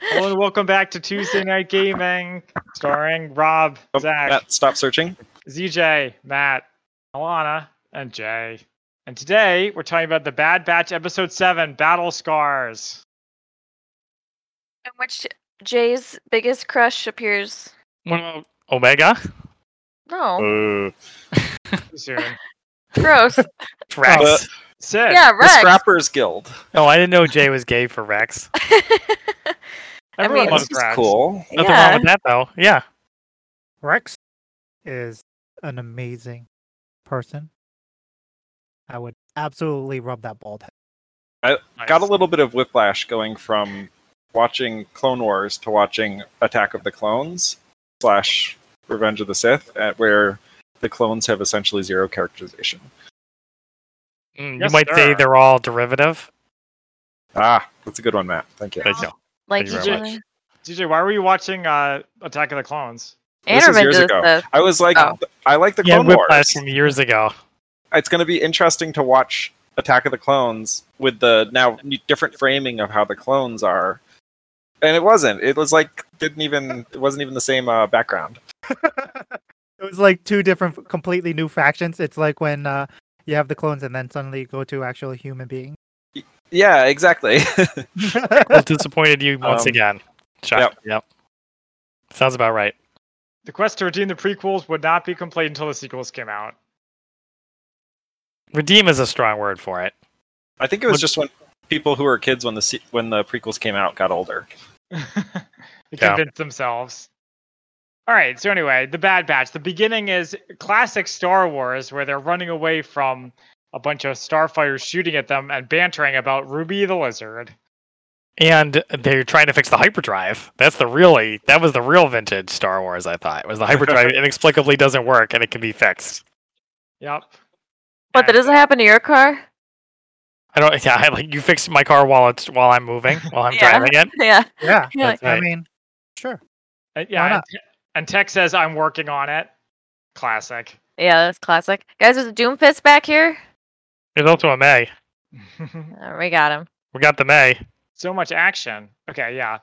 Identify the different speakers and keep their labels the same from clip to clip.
Speaker 1: Hello and welcome back to Tuesday Night Gaming, starring Rob,
Speaker 2: Oh,
Speaker 1: Zach,
Speaker 2: Matt, stop searching.
Speaker 1: ZJ, Matt, Alana, and Jay. And today we're talking about the Bad Batch Episode 7 Battle Scars.
Speaker 3: In which Jay's biggest crush appears.
Speaker 4: What about Omega?
Speaker 3: No,
Speaker 2: Uh,
Speaker 1: Too Soon.
Speaker 3: gross.
Speaker 4: Rex.
Speaker 2: Uh,
Speaker 1: Sid,
Speaker 3: yeah,
Speaker 2: the
Speaker 3: Rex.
Speaker 2: Scrappers Guild.
Speaker 4: oh, I didn't know Jay was gay for Rex.
Speaker 3: I
Speaker 1: everyone
Speaker 3: mean-
Speaker 1: loves
Speaker 2: This is
Speaker 1: Rex.
Speaker 2: cool.
Speaker 4: Nothing
Speaker 3: Yeah.
Speaker 4: wrong with that though. Yeah.
Speaker 5: Rex is an amazing person. I would absolutely rub that bald head.
Speaker 2: Got a
Speaker 4: Nice.
Speaker 2: little bit of whiplash going from watching Clone Wars to watching Attack of the Clones slash Revenge of the Sith, at where the clones have essentially zero characterization.
Speaker 4: Mm,
Speaker 1: Yes,
Speaker 4: you might say
Speaker 1: sir.
Speaker 4: they're all derivative.
Speaker 2: Ah, that's a good one, Matt. Thank you.
Speaker 4: But no.
Speaker 3: like
Speaker 4: Thank
Speaker 3: you
Speaker 4: you
Speaker 3: each
Speaker 1: very
Speaker 3: other.
Speaker 1: much. ZJ, why were you watching uh, Attack of the Clones?
Speaker 3: And
Speaker 2: This is
Speaker 3: Revenge
Speaker 2: years
Speaker 3: of the
Speaker 2: ago.
Speaker 3: Sith.
Speaker 2: I was like,
Speaker 3: Oh.
Speaker 2: I like the
Speaker 4: yeah,
Speaker 2: Clone
Speaker 4: Whiplash
Speaker 2: Wars.
Speaker 4: from years ago.
Speaker 2: It's going to be interesting to watch Attack of the Clones with the now different framing of how the clones are. And it wasn't. It was like didn't even. It wasn't even the same uh, background.
Speaker 5: it was like two different, f- completely new factions. It's like when uh, you have the clones and then suddenly you go to actual human beings.
Speaker 2: Yeah, exactly.
Speaker 4: I disappointed you once
Speaker 2: Um,
Speaker 4: again. Chuck. Yep. Sounds about right.
Speaker 1: The quest to redeem the prequels would not be complete until the sequels came out.
Speaker 4: Redeem is a strong word for it.
Speaker 2: I think it was
Speaker 4: Would-
Speaker 2: just when people who were kids when the se- when the prequels came out got older.
Speaker 1: they
Speaker 4: Yeah.
Speaker 1: convince themselves. All right. So anyway, the Bad Batch. The beginning is classic Star Wars, where they're running away from a bunch of starfighters shooting at them and bantering about Ruby the Lizard.
Speaker 4: And they're trying to fix the hyperdrive. That's the really that was the real vintage Star Wars, I thought. Was the hyperdrive inexplicably doesn't work and it can be fixed.
Speaker 1: Yep.
Speaker 3: What, that
Speaker 1: And-
Speaker 3: doesn't happen to your car?
Speaker 4: I don't yeah, I, like you fixed my car while it's while I'm moving, while I'm
Speaker 3: Yeah.
Speaker 4: driving it.
Speaker 3: Yeah.
Speaker 5: yeah,
Speaker 3: You're like,
Speaker 4: That's right.
Speaker 5: I mean, sure.
Speaker 1: and-
Speaker 5: why
Speaker 1: yeah. And,
Speaker 5: not?
Speaker 1: and Tech says, "I'm working on it." Classic.
Speaker 3: yeah, that's classic. Guys, there's a Doomfist back here.
Speaker 4: There's also a May.
Speaker 3: Oh, we got him.
Speaker 4: We got the May.
Speaker 1: so much action. Okay. Yeah.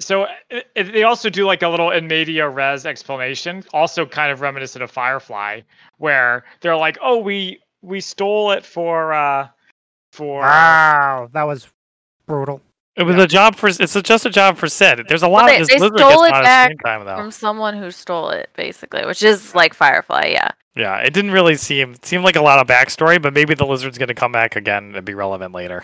Speaker 1: So i i- they also do like a little in media res explanation, also kind of reminiscent of Firefly, where they're like, "Oh, we we stole it for uh for
Speaker 4: Ah.
Speaker 1: uh,
Speaker 5: Wow, that was brutal.
Speaker 4: It was a job for. It's a- just a job for Sid. There's a lot
Speaker 3: they-
Speaker 4: of this
Speaker 3: they
Speaker 4: lizard
Speaker 3: stole
Speaker 4: gets
Speaker 3: it
Speaker 4: a lot
Speaker 3: back
Speaker 4: of screen time though.
Speaker 3: From someone who stole it, basically, which is like Firefly, yeah.
Speaker 4: Yeah, it didn't really seem seem like a lot of backstory, but maybe the lizard's gonna come back again and be relevant later.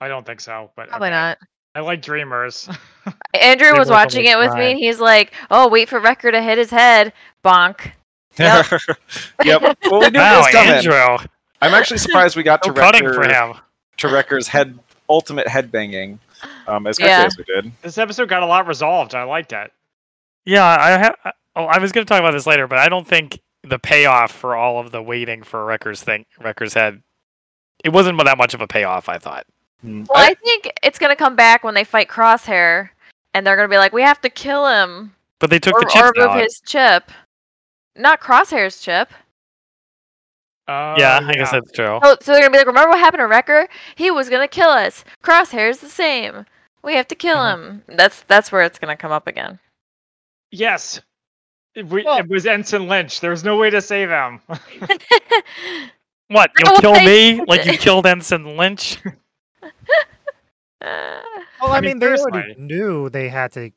Speaker 1: I don't think so, but
Speaker 3: Probably
Speaker 1: okay.
Speaker 3: not.
Speaker 1: I like dreamers.
Speaker 3: Andrew
Speaker 4: They
Speaker 3: was
Speaker 4: work on
Speaker 3: watching
Speaker 4: the
Speaker 3: it with
Speaker 4: crime.
Speaker 3: me, and he's like, oh, wait for Wrecker to hit his head. Bonk.
Speaker 2: Yep. Well, we knew it
Speaker 4: Wow,
Speaker 2: was coming.
Speaker 4: Andrew, no
Speaker 2: I'm actually surprised we got to
Speaker 4: cutting for
Speaker 2: Wrecker,
Speaker 4: him.
Speaker 2: to Wrecker's head ultimate head banging um, as quickly
Speaker 3: Yeah.
Speaker 2: as we did.
Speaker 1: this episode got a lot resolved. I liked it.
Speaker 4: Yeah, I have. Oh, I was gonna talk about this later, but I don't think the payoff for all of the waiting for Wrecker's thing, Wrecker's head, it wasn't that much of a payoff. I thought.
Speaker 2: Hmm.
Speaker 3: Well, I, think it's gonna come back when they fight Crosshair, and they're gonna be like, "We have to kill him
Speaker 4: But they took
Speaker 3: or,
Speaker 4: the chips
Speaker 3: or remove
Speaker 4: out.
Speaker 3: his chip." Not Crosshair's chip.
Speaker 1: Oh,
Speaker 4: yeah, I guess that's true.
Speaker 3: Oh, so they're gonna be like, "Remember what happened to Wrecker? He was gonna kill us. Crosshair's the same. We have to kill him." That's that's where it's gonna come up again.
Speaker 1: yes. It, we,
Speaker 5: Well-
Speaker 1: it was Ensign Lynch. There was no way to save him.
Speaker 4: What?
Speaker 3: No,
Speaker 4: You'll kill
Speaker 3: they-
Speaker 4: me like you killed Ensign Lynch?
Speaker 3: Uh,
Speaker 5: Well,
Speaker 1: I
Speaker 5: I,
Speaker 1: mean,
Speaker 5: mean, they already
Speaker 1: seriously.
Speaker 5: knew they had to.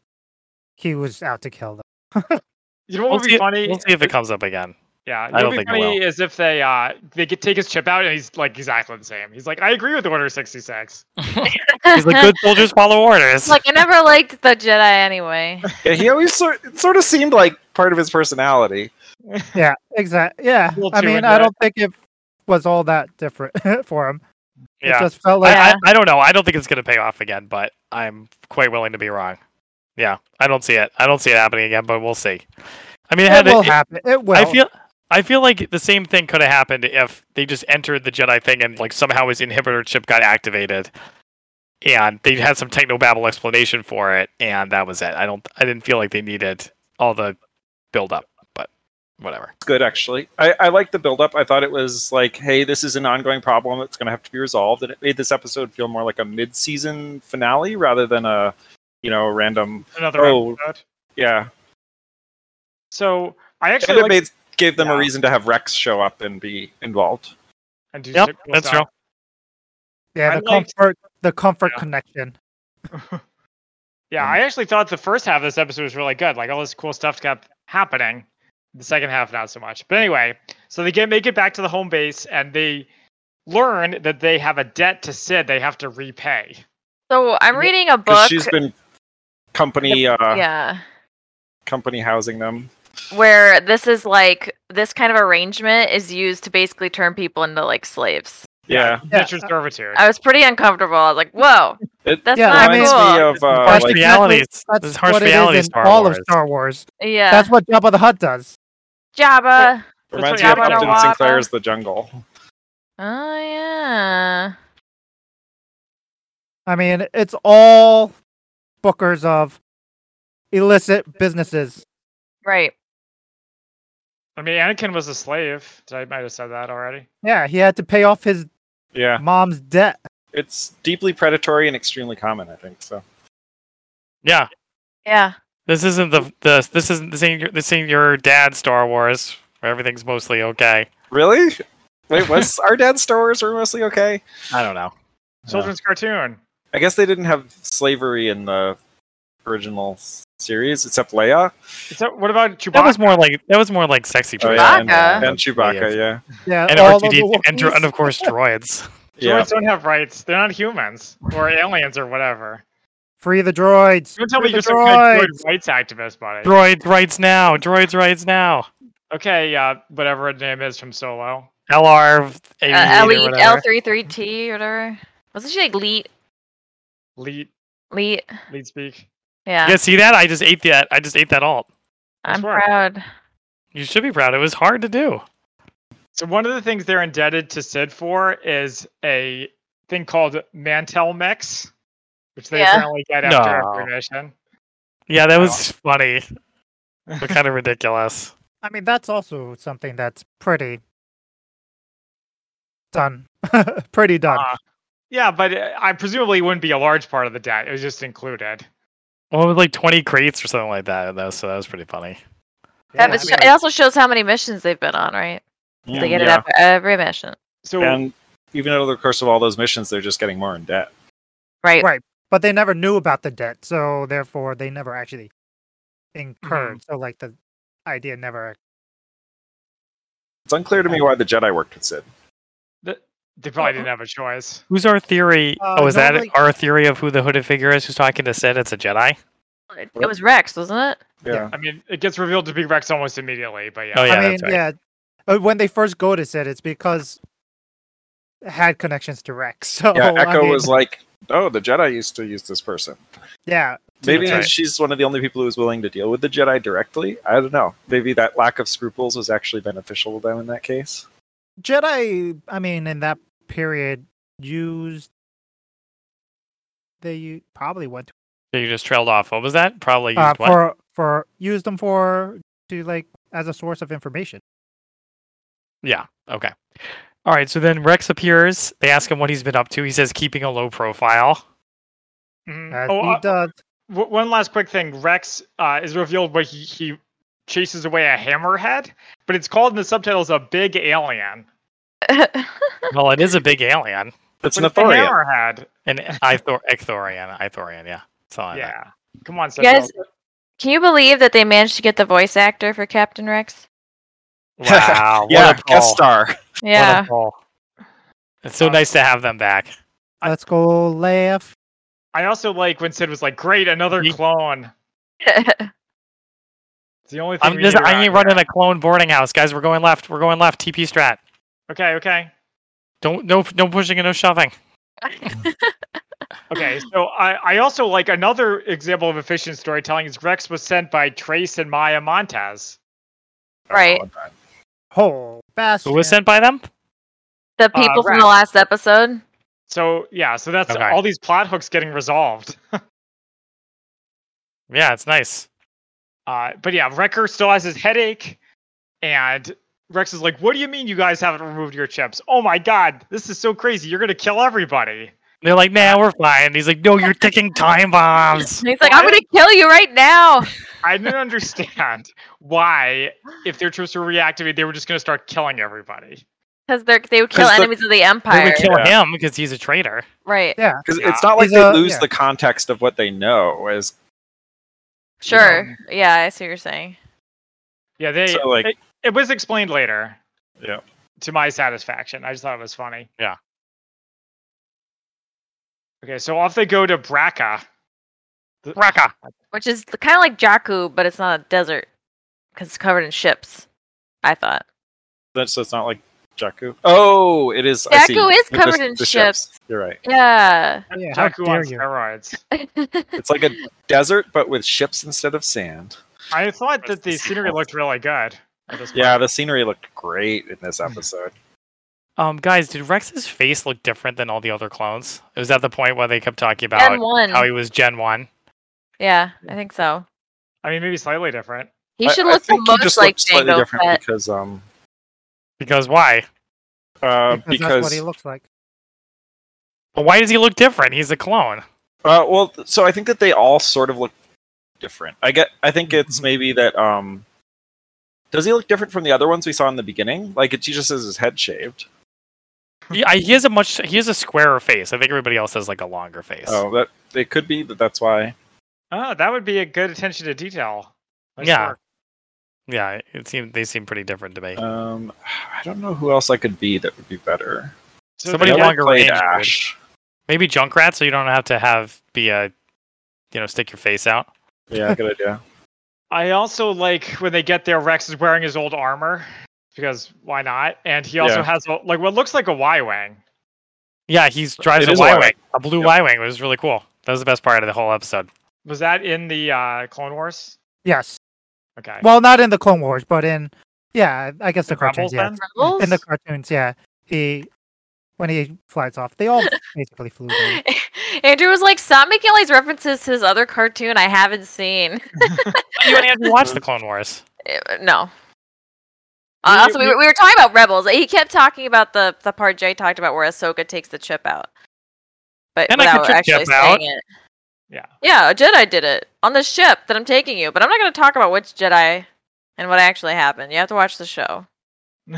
Speaker 5: He was out to kill them.
Speaker 1: You know what
Speaker 4: We'll
Speaker 1: would be
Speaker 4: see,
Speaker 1: funny?
Speaker 4: we'll see if it comes up again.
Speaker 1: yeah, you
Speaker 4: I
Speaker 1: know
Speaker 4: don't
Speaker 1: what would be
Speaker 4: think it
Speaker 1: funny is if they uh they could take his chip out and he's like exactly the same. He's like, I agree with Order sixty six.
Speaker 4: He's like, good soldiers follow orders.
Speaker 3: Like I never liked the Jedi anyway.
Speaker 2: Yeah, he always sort, it sort of seemed like part of his personality.
Speaker 5: Yeah, exactly. Yeah,
Speaker 1: Little
Speaker 5: I
Speaker 1: too
Speaker 5: mean,
Speaker 1: into
Speaker 5: I
Speaker 1: it.
Speaker 5: don't think it was all that different for him. It
Speaker 4: yeah.
Speaker 5: just felt like
Speaker 4: I, I,
Speaker 3: Yeah.
Speaker 4: I don't know. I don't think it's going to pay off again, but I'm quite willing to be wrong. Yeah, I don't see it. I don't see it happening again, but we'll see. I mean, it, had
Speaker 5: it
Speaker 4: a-
Speaker 5: will
Speaker 4: it-
Speaker 5: happen. It will.
Speaker 4: I feel. I feel like the same thing could have happened if they just entered the Jedi thing and like somehow his inhibitor chip got activated, and they had some technobabble explanation for it, and that was it. I don't. I didn't feel like they needed all the build up, but whatever.
Speaker 2: It's good actually. I, I like the build up. I thought it was like, hey, this is an ongoing problem that's going to have to be resolved, and it made this episode feel more like a mid season finale rather than a you know, random.
Speaker 1: Another
Speaker 2: Oh.
Speaker 1: episode.
Speaker 2: Yeah,
Speaker 1: So I
Speaker 2: and
Speaker 1: actually
Speaker 2: it
Speaker 1: like
Speaker 2: made, gave them a
Speaker 1: Yeah.
Speaker 2: reason to have Rex show up and be involved.
Speaker 1: and do
Speaker 4: Yep,
Speaker 1: cool
Speaker 4: that's
Speaker 1: stuff.
Speaker 5: Yeah,
Speaker 1: I
Speaker 5: the
Speaker 1: liked-
Speaker 5: comfort, the comfort
Speaker 1: Yeah.
Speaker 5: connection.
Speaker 1: Yeah, I actually thought the first half of this episode was really good. Like all this cool stuff kept happening. The second half, not so much. But anyway, so they get make it back to the home base and they learn that they have a debt to Sid they have to repay.
Speaker 3: So I'm
Speaker 2: Yeah,
Speaker 3: reading a
Speaker 2: Because
Speaker 3: book.
Speaker 2: she's been company uh,
Speaker 3: yeah.
Speaker 2: company housing them.
Speaker 3: Where this is like this kind of arrangement is used to basically turn people into like slaves.
Speaker 2: Yeah,
Speaker 5: Yeah.
Speaker 1: Natural servitude.
Speaker 3: I was pretty uncomfortable. I was like, whoa,
Speaker 2: It
Speaker 3: that's
Speaker 5: Yeah,
Speaker 3: not
Speaker 5: I mean-
Speaker 2: reminds
Speaker 3: cool.
Speaker 2: me of uh,
Speaker 5: Harsh
Speaker 4: Harsh
Speaker 2: like,
Speaker 5: Exactly.
Speaker 4: realities.
Speaker 5: That's
Speaker 4: This is harsh
Speaker 5: what it is
Speaker 4: reality.
Speaker 5: in
Speaker 4: Star
Speaker 5: all
Speaker 4: Wars.
Speaker 5: of Star Wars.
Speaker 3: yeah.
Speaker 5: That's what Jabba the Hutt does.
Speaker 3: Jabba.
Speaker 2: reminds
Speaker 1: That's
Speaker 2: me of
Speaker 1: what I
Speaker 2: Upton
Speaker 1: want.
Speaker 2: Sinclair's The Jungle.
Speaker 3: Oh yeah.
Speaker 5: I mean, it's all bookers of illicit businesses.
Speaker 3: Right.
Speaker 1: I mean, Anakin was a slave. Did I might have said that already?
Speaker 5: Yeah, he had to pay off his
Speaker 2: Yeah,
Speaker 5: mom's debt.
Speaker 2: it's deeply predatory and extremely common. I think so.
Speaker 4: Yeah,
Speaker 3: Yeah.
Speaker 4: this isn't the the this isn't this ain't your, this ain't your dad Star Wars where everything's mostly okay.
Speaker 2: Really? Wait, was our dad's Star Wars were mostly okay?
Speaker 4: I don't know.
Speaker 1: Children's cartoon.
Speaker 2: I guess they didn't have slavery in the original s- series, except Leia
Speaker 1: So what about Chewbacca?
Speaker 4: That was more like that was more like sexy
Speaker 2: Oh,
Speaker 4: droids
Speaker 2: yeah,
Speaker 3: and,
Speaker 4: uh,
Speaker 3: Chewbacca.
Speaker 2: and Chewbacca. Yeah,
Speaker 5: Yeah,
Speaker 4: and
Speaker 5: all of
Speaker 4: R2D2
Speaker 5: the
Speaker 4: and, dro-
Speaker 5: Wookiees.
Speaker 4: and of course droids.
Speaker 2: yeah.
Speaker 1: Droids don't have rights. They're not humans or aliens or whatever.
Speaker 5: Free the droids.
Speaker 1: Don't tell
Speaker 5: Free
Speaker 1: me
Speaker 5: the
Speaker 1: you're some kind of
Speaker 5: droids.
Speaker 1: droid rights activist, buddy.
Speaker 4: Droids rights now. Droids rights now.
Speaker 1: Okay, uh, whatever her name is from Solo.
Speaker 4: LR
Speaker 3: Uh,
Speaker 4: 88 E or
Speaker 3: Elite L
Speaker 4: whatever.
Speaker 3: three three T or whatever. Wasn't she like leet
Speaker 1: Lead,
Speaker 3: leet?
Speaker 1: lead speak.
Speaker 3: Yeah.
Speaker 4: Yeah, see that? I just ate that. I just ate that alt.
Speaker 3: I'm
Speaker 1: work.
Speaker 3: proud.
Speaker 4: You should be proud. It was hard to do.
Speaker 1: So one of the things they're indebted to Sid for is a thing called Mantel Mix, which they
Speaker 3: Yeah.
Speaker 1: apparently get after
Speaker 4: No.
Speaker 1: every mission.
Speaker 4: Yeah, that was funny, but kind of ridiculous.
Speaker 5: I mean, that's also something that's pretty done. pretty done.
Speaker 1: Ah. Yeah, but uh, I presumably it wouldn't be a large part of the debt. It was just included.
Speaker 4: Well, it was like 20 crates or something like that, though, so that was pretty funny.
Speaker 3: Yeah,
Speaker 5: Yeah,
Speaker 3: but
Speaker 5: I
Speaker 3: it also shows how many missions they've been on, right? They get it
Speaker 2: Yeah.
Speaker 3: after every mission.
Speaker 1: So
Speaker 2: And even over the course of all those missions, they're just getting more in debt.
Speaker 3: Right.
Speaker 5: Right. But they never knew about the debt, so therefore they never actually incurred. So like the idea never.
Speaker 2: It's unclear to me why the Jedi worked with Sid.
Speaker 1: they probably didn't have a choice.
Speaker 4: Who's our theory?
Speaker 5: Uh,
Speaker 4: oh, is that
Speaker 5: normally-
Speaker 4: our theory of who the hooded figure is who's talking to Sid? It's a Jedi?
Speaker 3: It it was Rex, wasn't it?
Speaker 2: Yeah.
Speaker 1: I mean, it gets revealed to be Rex almost immediately, but yeah.
Speaker 4: Oh, yeah,
Speaker 5: I mean,
Speaker 4: that's right.
Speaker 5: yeah. uh, When they first go to said, it's because it had connections to Rex. So
Speaker 2: Yeah,
Speaker 5: I
Speaker 2: Echo
Speaker 5: mean,
Speaker 2: was like, oh, the Jedi used to use this person.
Speaker 5: yeah.
Speaker 2: Maybe
Speaker 4: That's right.
Speaker 2: she's one of the only people who's willing to deal with the Jedi directly. I don't know. Maybe that lack of scruples was actually beneficial to them in that case.
Speaker 5: Jedi, I mean, in that period, used they u- probably went to,
Speaker 4: So you just trailed off. What was that? Probably used
Speaker 5: uh,
Speaker 4: what?
Speaker 5: for for used them for to like as a source of information.
Speaker 4: Yeah. Okay. All right. So then Rex appears. They ask him what he's been up to. He says keeping a low profile.
Speaker 1: Mhm.
Speaker 5: As
Speaker 1: Oh,
Speaker 5: he
Speaker 1: uh,
Speaker 5: does.
Speaker 1: w- one last quick thing. Rex uh, is revealed where he, he chases away a hammerhead, but it's called in the subtitles a big alien.
Speaker 4: Well, it is a big alien.
Speaker 1: But
Speaker 2: It's an
Speaker 1: a
Speaker 2: authority.
Speaker 1: hammerhead.
Speaker 4: An Ithor- Ithorian. Ithorian. Yeah. Something like that.
Speaker 1: Yeah. Come on,
Speaker 3: You
Speaker 1: Sid.
Speaker 3: guys, can you believe that they managed to get the voice actor for Captain Rex?
Speaker 4: Wow.
Speaker 2: Yeah,
Speaker 4: what
Speaker 2: guest
Speaker 4: a
Speaker 5: oh.
Speaker 4: pull.
Speaker 2: star.
Speaker 3: Yeah.
Speaker 4: What a pull. It's so
Speaker 1: Um,
Speaker 4: nice to have them back.
Speaker 1: I-
Speaker 5: Let's go laugh.
Speaker 1: I also like when Sid was like, "Great, another
Speaker 4: Ye-
Speaker 1: clone." It's the only thing.
Speaker 4: I'm
Speaker 1: we
Speaker 4: just,
Speaker 1: need
Speaker 4: I
Speaker 1: around
Speaker 4: ain't
Speaker 1: here.
Speaker 4: running a clone boarding house, guys. We're going left. We're going left. TP strat.
Speaker 1: Okay, okay,
Speaker 4: Don't no no pushing and no shoving.
Speaker 1: okay. So I, I also like another example of efficient storytelling is Rex was sent by Trace and Maya Montez.
Speaker 3: Right.
Speaker 5: Oh, fast.
Speaker 4: Who was sent by them?
Speaker 3: the people from
Speaker 1: Rex.
Speaker 3: the last episode.
Speaker 1: So yeah, so that's
Speaker 4: Okay.
Speaker 1: all these plot hooks getting resolved.
Speaker 4: Yeah, it's nice.
Speaker 1: Uh, but yeah, Wrecker still has his headache, and Rex is like, "What do you mean you guys haven't removed your chips? Oh my god, this is so crazy! You're gonna kill everybody."
Speaker 4: they're like, nah, we're fine. And he's like, no, you're taking time bombs.
Speaker 3: And he's like, I'm gonna kill you right now.
Speaker 1: I didn't understand why, if their troops were reactivated, they were just going to start killing everybody.
Speaker 3: Because they they would kill
Speaker 2: 'Cause the-
Speaker 3: enemies of the
Speaker 4: They
Speaker 3: empire.
Speaker 4: would kill
Speaker 2: Yeah.
Speaker 4: him because he's a traitor.
Speaker 3: right.
Speaker 5: Yeah,
Speaker 2: Because
Speaker 1: Yeah.
Speaker 2: it's not like
Speaker 5: He's
Speaker 2: they
Speaker 5: a-
Speaker 2: lose
Speaker 5: yeah.
Speaker 2: the context of what they know. As
Speaker 3: Sure. Yeah, I see what you're saying.
Speaker 1: Yeah, they.
Speaker 2: So, like-
Speaker 1: it, it was explained later.
Speaker 2: Yeah.
Speaker 1: To my satisfaction, I just thought it was funny.
Speaker 4: Yeah.
Speaker 1: Okay, so off they go to Braca.
Speaker 4: Raka.
Speaker 3: Which is kind of like Jakku, but it's not a desert because it's covered in ships. I thought
Speaker 2: that's so it's not like Jakku. Oh, it is. I see.
Speaker 3: Jakku is
Speaker 2: The-
Speaker 3: covered in ships.
Speaker 2: You're right.
Speaker 3: Yeah.
Speaker 5: Yeah, how
Speaker 1: Jakku on
Speaker 5: dare you.
Speaker 1: steroids.
Speaker 2: It's like a desert, but with ships instead of sand.
Speaker 1: I thought that the
Speaker 4: That's
Speaker 1: scenery
Speaker 4: awesome.
Speaker 1: looked really good. at this
Speaker 2: Yeah,
Speaker 1: point.
Speaker 2: the scenery looked great in this episode.
Speaker 4: Um, guys, did Rex's face look different than all the other clones? It was at the point where they kept talking
Speaker 3: Gen
Speaker 4: about
Speaker 3: one.
Speaker 4: how he was Gen One.
Speaker 3: yeah, I think so.
Speaker 1: I mean, maybe slightly different.
Speaker 3: He
Speaker 2: I-
Speaker 3: should
Speaker 2: I
Speaker 3: look the
Speaker 2: think he
Speaker 3: most
Speaker 2: just
Speaker 3: like
Speaker 2: looked slightly
Speaker 3: Jango
Speaker 2: different
Speaker 3: Fett.
Speaker 2: because um
Speaker 4: Because why?
Speaker 2: uh,
Speaker 5: because, that's what
Speaker 2: because
Speaker 5: he looks like.
Speaker 4: Well, why does he look different? He's a clone.
Speaker 2: Uh, well, th- so I think that they all sort of look different. I get. I think
Speaker 5: Mm-hmm.
Speaker 2: it's maybe that. Um, does he look different from the other ones we saw in the beginning? Like it he just has his head shaved.
Speaker 4: Yeah, I- he has a much he has a squarer face. I think everybody else has like a longer face.
Speaker 2: Oh, that it could be that. That's why.
Speaker 1: Oh, that would be a good attention to detail. Nice
Speaker 4: Yeah.
Speaker 1: work.
Speaker 4: Yeah, it seemed they seem pretty different to me.
Speaker 2: Um, I don't know who else I could be that would be better.
Speaker 1: So
Speaker 4: Somebody
Speaker 1: they-
Speaker 2: I
Speaker 4: want- longer
Speaker 2: played
Speaker 4: range would.
Speaker 2: Ash.
Speaker 4: Maybe Junkrat, so you don't have to have be a you know stick your face out.
Speaker 2: Yeah, good idea.
Speaker 1: I also like when they get there. Rex is wearing his old armor because why not? And he also
Speaker 2: Yeah.
Speaker 1: has a, like what looks like a Y wing.
Speaker 4: Yeah, he's drives
Speaker 2: It
Speaker 4: a
Speaker 2: is a Y-wing.
Speaker 4: Y-wing, a blue
Speaker 2: Yep.
Speaker 4: Y-wing, which is really cool. That was the best part of the whole episode.
Speaker 1: Was that in the uh, Clone Wars?
Speaker 5: Yes.
Speaker 1: Okay.
Speaker 5: Well, not in the Clone Wars, but in yeah, I guess the,
Speaker 1: Rebels
Speaker 5: cartoons. Yeah,
Speaker 1: then?
Speaker 3: Rebels?
Speaker 5: in the cartoons, yeah, he when he flies off, they all basically flew. away.
Speaker 2: Mm-hmm.
Speaker 3: Andrew was like, "Stop making all these references to this other cartoon I haven't seen."
Speaker 4: You and Andrew watched the Clone Wars.
Speaker 3: Eh, No. Uh,
Speaker 1: We-
Speaker 3: also, we,
Speaker 1: we-
Speaker 3: were- we were talking about rebels. He kept talking about the the part Jay talked about where Ahsoka takes the chip out, but
Speaker 4: And I could
Speaker 3: without
Speaker 4: chip
Speaker 3: actually
Speaker 4: chip out.
Speaker 3: saying it.
Speaker 1: Yeah.
Speaker 3: Yeah, a Jedi did it on the ship that I'm taking you, but I'm not going to talk about which Jedi and what actually happened. You have to watch the show.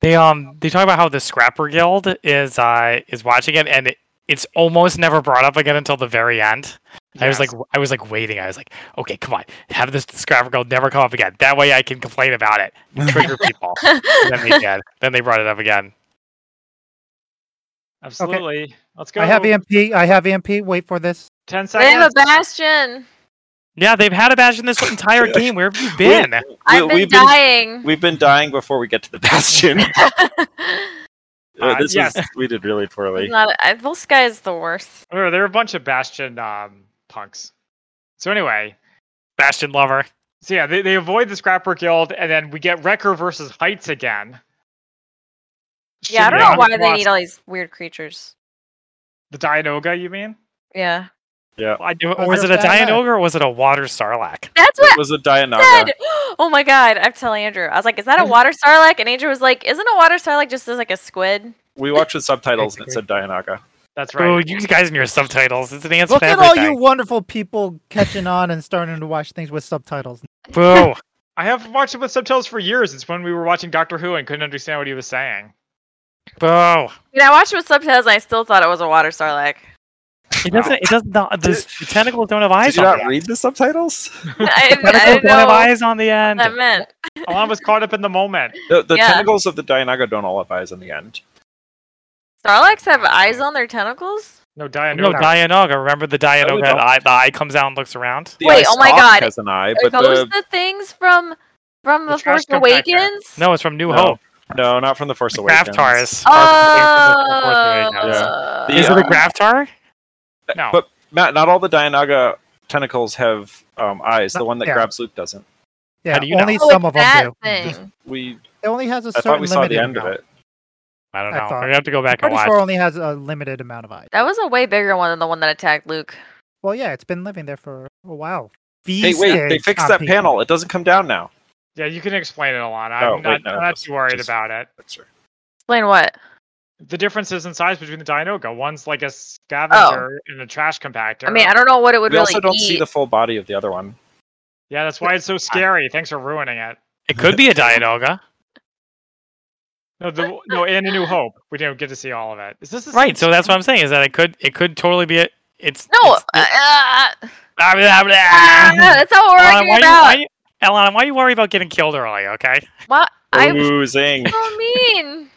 Speaker 4: they um they talk about how the Scrapper Guild is uh is watching it, and it, it's almost never brought up again until the very end. I was like,
Speaker 1: Yes.
Speaker 4: w- I was like waiting. I was like, okay, come on, have this Scrapper Guild never come up again. That way, I can complain about it, trigger people. And then they did. Then they brought it up again.
Speaker 1: absolutely. Let's go.
Speaker 5: I have EMP. I have EMP. Wait for this.
Speaker 1: Ten
Speaker 3: they
Speaker 1: seconds.
Speaker 3: have a bastion.
Speaker 4: Yeah, they've had a Bastion this entire game. Where have you been?
Speaker 3: I've been
Speaker 2: we've
Speaker 3: dying.
Speaker 2: we've been dying before we get to the bastion.
Speaker 1: Uh,
Speaker 2: Uh, this
Speaker 1: yes.
Speaker 2: is we did really poorly.
Speaker 3: It's not, I, this guy is the worst.
Speaker 1: Remember, there were Oh, a bunch of Bastion um, punks. So anyway,
Speaker 4: Bastion lover.
Speaker 1: so yeah, they, they avoid the Scrapper Guild, and then we get Wrecker versus Heights again.
Speaker 3: Yeah, I don't
Speaker 1: Shinra
Speaker 3: know why they
Speaker 1: across
Speaker 3: need all these weird creatures.
Speaker 1: the Dianoga. You mean?
Speaker 3: Yeah,
Speaker 1: I do.
Speaker 5: Oh,
Speaker 4: was it a
Speaker 5: they're bad.
Speaker 4: Dian Ogre or was it a Water Sarlacc?
Speaker 3: that's what
Speaker 2: It was a Dianaga.
Speaker 3: said. Oh my god! I'm telling Andrew. I was like, "Is that a water sarlacc?" And Andrew was like, "Isn't a water sarlacc just as like a squid?"
Speaker 2: We watched with subtitles and it said Dianaga.
Speaker 1: That's
Speaker 4: Oh,
Speaker 1: right.
Speaker 4: you guys and your subtitles. It's an answer
Speaker 5: Look
Speaker 4: to
Speaker 5: at all
Speaker 4: everything.
Speaker 5: you wonderful people catching on and starting to watch things with subtitles.
Speaker 4: Boo.
Speaker 1: I have watched it with subtitles for years. It's when we were watching Doctor Who and couldn't understand what he was saying.
Speaker 4: Boo.
Speaker 3: And I watched it with subtitles, and I still thought it was a water sarlacc.
Speaker 4: It doesn't. It doesn't. The, the, the tentacles don't have
Speaker 2: Did
Speaker 4: eyes
Speaker 2: you
Speaker 4: on
Speaker 2: not
Speaker 4: the end.
Speaker 2: read the subtitles?
Speaker 3: I, didn't- I
Speaker 4: Tentacles
Speaker 3: didn't
Speaker 4: don't have
Speaker 3: know
Speaker 4: eyes on the
Speaker 3: what
Speaker 4: end.
Speaker 3: that meant.
Speaker 1: A lot of us caught up in the moment.
Speaker 2: The, the
Speaker 3: Yeah.
Speaker 2: tentacles of the Dianaga don't all have eyes in the end.
Speaker 3: Sarlaccs have eyes on their tentacles.
Speaker 1: No, Dianoga.
Speaker 4: No, Dianoga. Remember the Dianoga?
Speaker 2: we
Speaker 4: the,
Speaker 2: don't.
Speaker 4: eye, the eye comes out and looks around.
Speaker 2: The
Speaker 3: Wait,
Speaker 2: eye
Speaker 3: oh my
Speaker 2: stalk
Speaker 3: God.
Speaker 2: Has an eye,
Speaker 3: Are
Speaker 2: but
Speaker 3: those
Speaker 2: the,
Speaker 3: the things from from
Speaker 1: The
Speaker 3: the,
Speaker 1: trash
Speaker 3: Force
Speaker 1: compactor.
Speaker 3: Awakens?
Speaker 4: No, it's from New
Speaker 2: No,
Speaker 4: Hope.
Speaker 2: no, not from the Force Awakens.
Speaker 4: Graftars.
Speaker 3: Oh.
Speaker 2: Yeah.
Speaker 4: Is it a Graftar? No.
Speaker 2: But Matt, not all the Dianaga tentacles have um, eyes. The
Speaker 5: Not-
Speaker 2: one that
Speaker 5: yeah.
Speaker 2: grabs Luke doesn't.
Speaker 5: Yeah,
Speaker 4: do you
Speaker 5: only
Speaker 4: know?
Speaker 3: Oh,
Speaker 5: some
Speaker 3: it's
Speaker 5: of them
Speaker 3: that
Speaker 5: do.
Speaker 3: Thing.
Speaker 2: We
Speaker 5: It only has a
Speaker 2: I
Speaker 5: certain
Speaker 2: thought we saw the
Speaker 5: limited
Speaker 2: end of
Speaker 5: amount.
Speaker 2: it.
Speaker 4: I don't
Speaker 5: I
Speaker 4: know.
Speaker 5: thought-
Speaker 4: We're gonna have to go back and
Speaker 5: Pretty
Speaker 4: watch.
Speaker 5: sure it only has a limited amount of eyes.
Speaker 3: That was a way bigger one than the one that attacked Luke.
Speaker 5: Well, yeah, it's been living there for a while.
Speaker 2: Hey, wait! They
Speaker 5: Feasted
Speaker 2: fixed
Speaker 5: on
Speaker 2: that
Speaker 5: people.
Speaker 2: panel. It doesn't come down now.
Speaker 1: Yeah, you can explain it, Alana. I'm
Speaker 2: Oh,
Speaker 1: not,
Speaker 2: wait, no,
Speaker 1: I'm not
Speaker 2: just-
Speaker 1: too worried
Speaker 2: just-
Speaker 1: about it.
Speaker 2: That's right.
Speaker 3: Explain what?
Speaker 1: the differences in size between the Dianoga. One's like a scavenger and a trash compactor.
Speaker 3: Oh. I mean, I don't know what it would
Speaker 2: we
Speaker 3: really
Speaker 2: also don't
Speaker 3: eat.
Speaker 2: see the full body of the other one.
Speaker 1: yeah, that's why it's so scary. Thanks for ruining it.
Speaker 4: It could be a Dianoga.
Speaker 1: No, the, no, and a New Hope. We didn't get to see all of it. Is this the
Speaker 4: Right. So that's what I'm saying is that it could it could totally be a it's
Speaker 3: no,
Speaker 4: it's-
Speaker 3: uh, uh,
Speaker 4: Ah, blah, blah, blah.
Speaker 3: ah, that's not what we're
Speaker 4: Alana,
Speaker 3: arguing
Speaker 4: why you,
Speaker 3: about.
Speaker 4: why you, Alana, why you worry about getting killed early? Okay.
Speaker 3: Why- I was
Speaker 2: Oozing.
Speaker 3: so mean.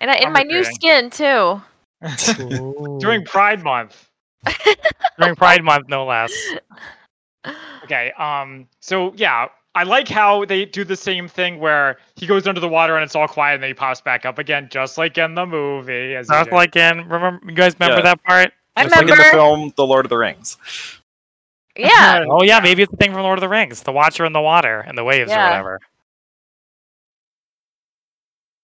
Speaker 3: and I, in
Speaker 1: I'm
Speaker 3: my new
Speaker 1: recruiting.
Speaker 3: skin too.
Speaker 1: during Pride Month?
Speaker 4: During Pride Month, no less.
Speaker 1: Okay. Um. So yeah, I like how they do the same thing where he goes under the water and it's all quiet, and then he pops back up again, just like in the movie. As he
Speaker 4: Not
Speaker 1: did.
Speaker 4: like in remember you guys remember
Speaker 2: Yeah.
Speaker 4: that part?
Speaker 3: I
Speaker 2: Just like in
Speaker 3: remember.
Speaker 2: the film The Lord of the Rings.
Speaker 3: yeah.
Speaker 4: Oh yeah, maybe it's the thing from Lord of the Rings, the Watcher in the water and the waves
Speaker 3: Yeah.
Speaker 4: or whatever.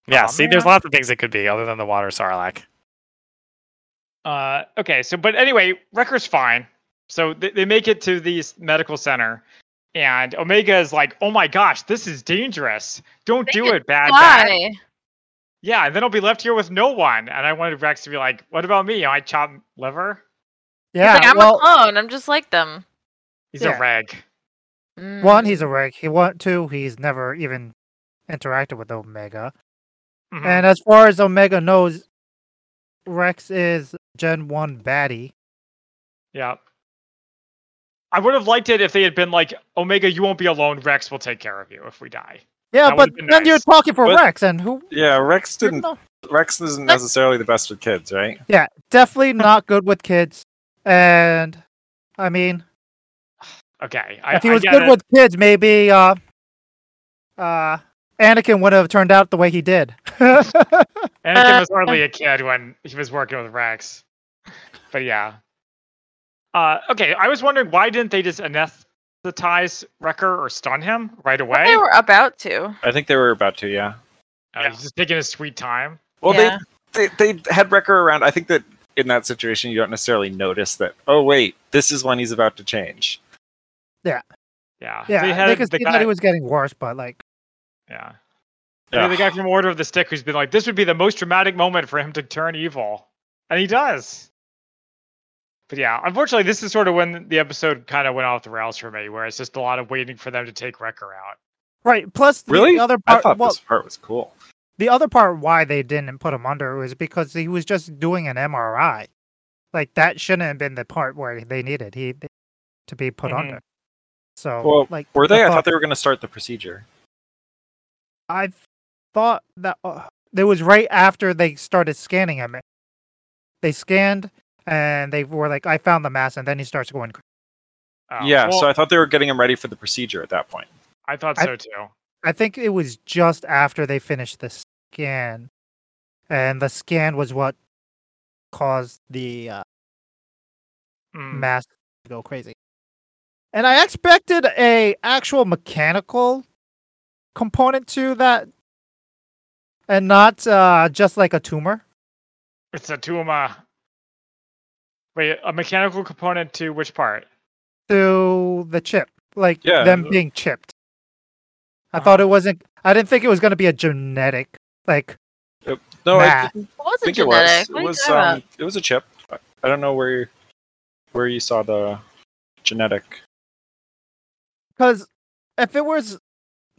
Speaker 4: Yeah,
Speaker 1: Aw,
Speaker 4: see, there's
Speaker 1: man.
Speaker 4: lots of things it could be other than the water sarlacc.
Speaker 1: Uh. Okay. So, but anyway, Wrecker's fine. So they, they make it to the s- medical center, and Omega is like, "Oh my gosh, this is dangerous! Don't
Speaker 3: They
Speaker 1: do
Speaker 3: could
Speaker 1: it, bad bad."
Speaker 3: Why?
Speaker 1: Yeah, and then I'll be left here with no one. And I wanted Rex to be like, "What about me? I chop liver?
Speaker 5: yeah,
Speaker 3: He's like, I'm
Speaker 5: well,
Speaker 3: a clone. I'm just like them.
Speaker 1: He's
Speaker 5: Yeah.
Speaker 1: a reg."
Speaker 5: one,
Speaker 3: Mm.
Speaker 5: he's a wreck. He one, two, he's never even interacted with Omega.
Speaker 1: Mhm.
Speaker 5: And as far as Omega knows, Rex is Gen One baddie.
Speaker 1: Yeah. I would have liked it if they had been like, Omega, you won't be alone. Rex will take care of you if we die.
Speaker 5: Yeah,
Speaker 1: That
Speaker 5: but
Speaker 1: would've
Speaker 5: then
Speaker 1: been
Speaker 5: you're
Speaker 1: nice.
Speaker 5: talking for
Speaker 2: But-
Speaker 5: Rex, and who?
Speaker 2: Yeah, Rex
Speaker 5: you
Speaker 2: didn't.
Speaker 5: know,
Speaker 2: Rex isn't
Speaker 3: Rex-
Speaker 2: necessarily the best with kids, right?
Speaker 5: Yeah, definitely not good with kids. And I mean,
Speaker 1: Okay. I,
Speaker 5: if he
Speaker 1: I
Speaker 5: was
Speaker 1: get
Speaker 5: good
Speaker 1: it.
Speaker 5: with kids, maybe uh, uh, Anakin would have turned out the way he did.
Speaker 1: Anakin was hardly a kid when he was working with Rex. But yeah. Uh, okay. I was wondering why didn't they just anesthetize Wrecker or stun him right away?
Speaker 3: They were about to.
Speaker 2: I think they were about to. Yeah.
Speaker 1: Uh, he's just taking his sweet time.
Speaker 2: Well,
Speaker 3: Yeah.
Speaker 2: they, they they had Wrecker around. I think that in that situation, you don't necessarily notice that. Oh wait, this is when he's about to change.
Speaker 1: Yeah.
Speaker 5: yeah,
Speaker 1: They
Speaker 5: they,
Speaker 1: had
Speaker 5: could
Speaker 1: the
Speaker 5: see
Speaker 1: guy.
Speaker 5: that he was getting worse, but like,
Speaker 1: yeah.
Speaker 2: Yeah.
Speaker 1: Yeah. The guy from Order of the Stick who's been like, this would be the most dramatic moment for him to turn evil. And he does. But yeah, unfortunately, this is sort of when the episode kind of went off the rails for me, where it's just a lot of waiting for them to take Wrecker out.
Speaker 5: right. Plus, the
Speaker 2: Really?
Speaker 5: other
Speaker 2: I
Speaker 5: part.
Speaker 2: thought
Speaker 5: Uh, well,
Speaker 2: this part was cool.
Speaker 5: the other part why they didn't put him under was because he was just doing an MRI. Like that shouldn't have been the part where they needed he to be put
Speaker 1: Mhm.
Speaker 5: under. So,
Speaker 2: Well,
Speaker 5: like,
Speaker 2: Were
Speaker 5: the
Speaker 2: they? I
Speaker 5: thought-
Speaker 2: thought they were going to start the procedure.
Speaker 5: I thought that uh, it was right after they started scanning him. They scanned and they were like, "I found the mass," and then he starts going. cra-
Speaker 1: Oh,
Speaker 2: yeah,
Speaker 1: well,
Speaker 2: so I thought they were getting him ready for the procedure at that point.
Speaker 1: I thought
Speaker 5: I-
Speaker 1: so too.
Speaker 5: I think it was just after they finished the scan, and the scan was what caused the uh,
Speaker 4: Hmm.
Speaker 1: Mm.
Speaker 5: mass to go crazy. And I expected a actual mechanical component to that, and not uh, just like a tumor.
Speaker 1: It's a Tuma. Wait, a mechanical component to which part?
Speaker 5: to the chip, like
Speaker 2: Yeah. uh-huh.
Speaker 5: them being chipped. I thought it wasn't. I didn't think it was going to be a genetic. Like
Speaker 2: No, I
Speaker 5: Nah.
Speaker 2: didn't
Speaker 3: It wasn't
Speaker 2: think it was.
Speaker 3: genetic.
Speaker 2: It
Speaker 3: What are you
Speaker 2: was.
Speaker 3: talking about?
Speaker 2: Um, it was a chip. I- I don't know where where you saw the genetic.
Speaker 5: because if it was,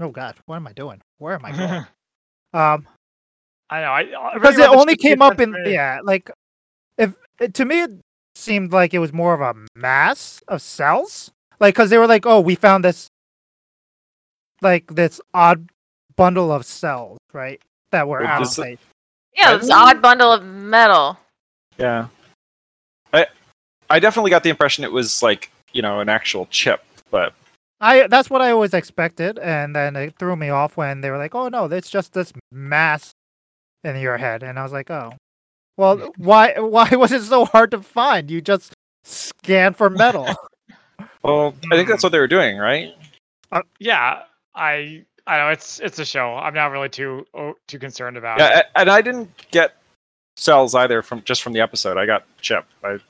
Speaker 5: oh god, what am I doing? Where am I going? um,
Speaker 1: I know. I, I
Speaker 5: because
Speaker 1: really want this
Speaker 5: it only
Speaker 1: to be
Speaker 5: came up in
Speaker 1: frustrating.
Speaker 5: yeah, like if it, to me it seemed like it was more of a mass of cells, like because they were like, oh, we found this, like this odd bundle of cells, right? That were
Speaker 2: Well,
Speaker 5: out of
Speaker 2: this-
Speaker 5: place.
Speaker 3: Yeah, this odd bundle of metal.
Speaker 2: Yeah. I I definitely got the impression it was like, you know, an actual chip, but
Speaker 5: I that's what I always expected, and then it threw me off when they were like, "Oh no, it's just this mass in your head," and I was like, "Oh, well, why why was it so hard to find? You just scan for metal."
Speaker 2: well, I think that's what they were doing, right?
Speaker 1: Yeah. I. I know it's it's a show. I'm not really too oh, too concerned about. it.
Speaker 2: Yeah, a- and I didn't get cells either from just from the episode. I got chip. I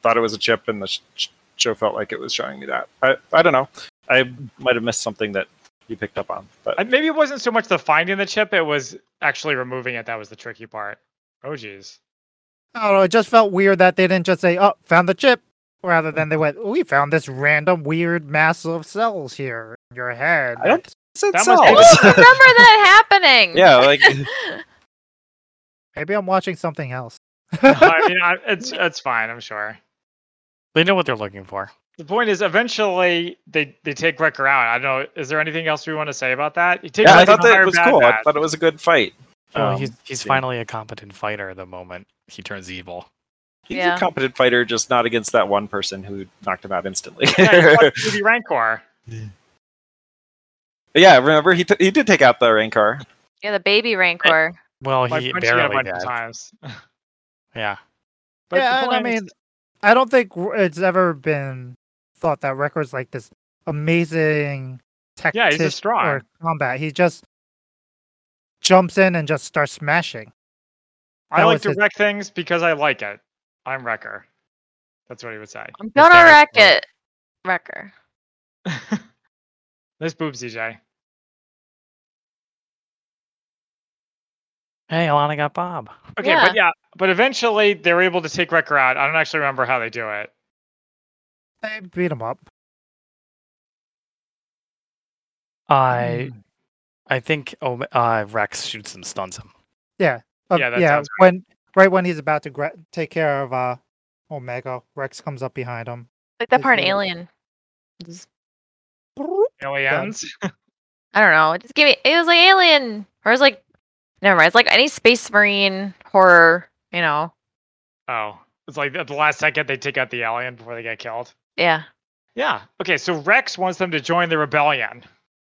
Speaker 2: thought it was a chip and the sh- sh- show felt like it was showing me that. I I don't know. I might have missed something that you picked up on. But
Speaker 1: I- Maybe it wasn't so much the finding the chip; it was actually removing it that was the tricky part. Oh, geez.
Speaker 5: I don't know. It just felt weird that they didn't just say, "Oh, found the chip," rather than they went, "Oh, "We found this random weird mass of cells here in your head."
Speaker 2: I don't-
Speaker 5: that's-
Speaker 2: it's in
Speaker 1: That must be
Speaker 3: I
Speaker 1: Oh,
Speaker 2: cells.
Speaker 1: the-
Speaker 3: don't remember that happening.
Speaker 2: yeah, like
Speaker 5: Maybe I'm watching something else.
Speaker 1: I mean, I, it's it's fine. I'm sure.
Speaker 4: They know what they're looking for.
Speaker 1: The point is, eventually they they take Wrecker out. I don't know. Is there anything else we want to say about that? He takes
Speaker 2: yeah,
Speaker 1: out
Speaker 2: I
Speaker 1: the
Speaker 2: thought that
Speaker 1: entire
Speaker 2: was
Speaker 1: bad
Speaker 2: cool. I
Speaker 1: bat.
Speaker 2: thought it was a good fight.
Speaker 4: Well,
Speaker 2: Um,
Speaker 4: he's he's
Speaker 2: see.
Speaker 4: finally a competent fighter the moment he turns evil.
Speaker 2: He's
Speaker 3: Yeah.
Speaker 2: a competent fighter, just not against that one person who knocked him out instantly.
Speaker 1: Yeah, he fought Judy Rancor.
Speaker 2: yeah, remember he t- he did take out the Rancor.
Speaker 3: Yeah, the baby rancor.
Speaker 4: Well,
Speaker 1: by
Speaker 4: he
Speaker 1: punching it a
Speaker 4: barely
Speaker 1: bunch
Speaker 4: did.
Speaker 1: of times.
Speaker 4: Yeah.
Speaker 1: But the
Speaker 5: yeah, and I
Speaker 1: point is-
Speaker 5: mean, I don't think w- it's ever been thought that records like this amazing tactic
Speaker 1: Yeah, he's just strong.
Speaker 5: or combat. He just jumps in and just starts smashing.
Speaker 1: I
Speaker 5: that
Speaker 1: like
Speaker 5: was
Speaker 1: to
Speaker 5: his-
Speaker 1: wreck things because I like it. I'm Wrecker. That's what he would say.
Speaker 3: I'm gonna
Speaker 4: very
Speaker 3: wreck
Speaker 4: cool.
Speaker 3: it. Wrecker.
Speaker 1: Nice boobs, CJ.
Speaker 4: Hey, Alana got Bob.
Speaker 1: Okay, but yeah, but eventually they're able to take Wrecker out. I don't actually remember how they do it.
Speaker 5: They beat him up.
Speaker 4: I
Speaker 3: Mm.
Speaker 4: I think oh, uh, Rex shoots and stuns him.
Speaker 5: Uh,
Speaker 1: Yeah, that
Speaker 5: yeah.
Speaker 1: sounds
Speaker 5: When right when he's about to gra- take care of uh, Omega, Rex comes up behind him.
Speaker 3: Like that
Speaker 5: His
Speaker 3: part in
Speaker 5: little-
Speaker 3: Alien.
Speaker 1: Aliens.
Speaker 3: I don't know. Just give me. It was like Alien, or it was like, never mind. It's like any space marine horror. You know.
Speaker 1: Oh, it's like at the last second they take out the alien before they get killed.
Speaker 3: Yeah.
Speaker 1: Yeah. Okay, so Rex wants them to join the rebellion.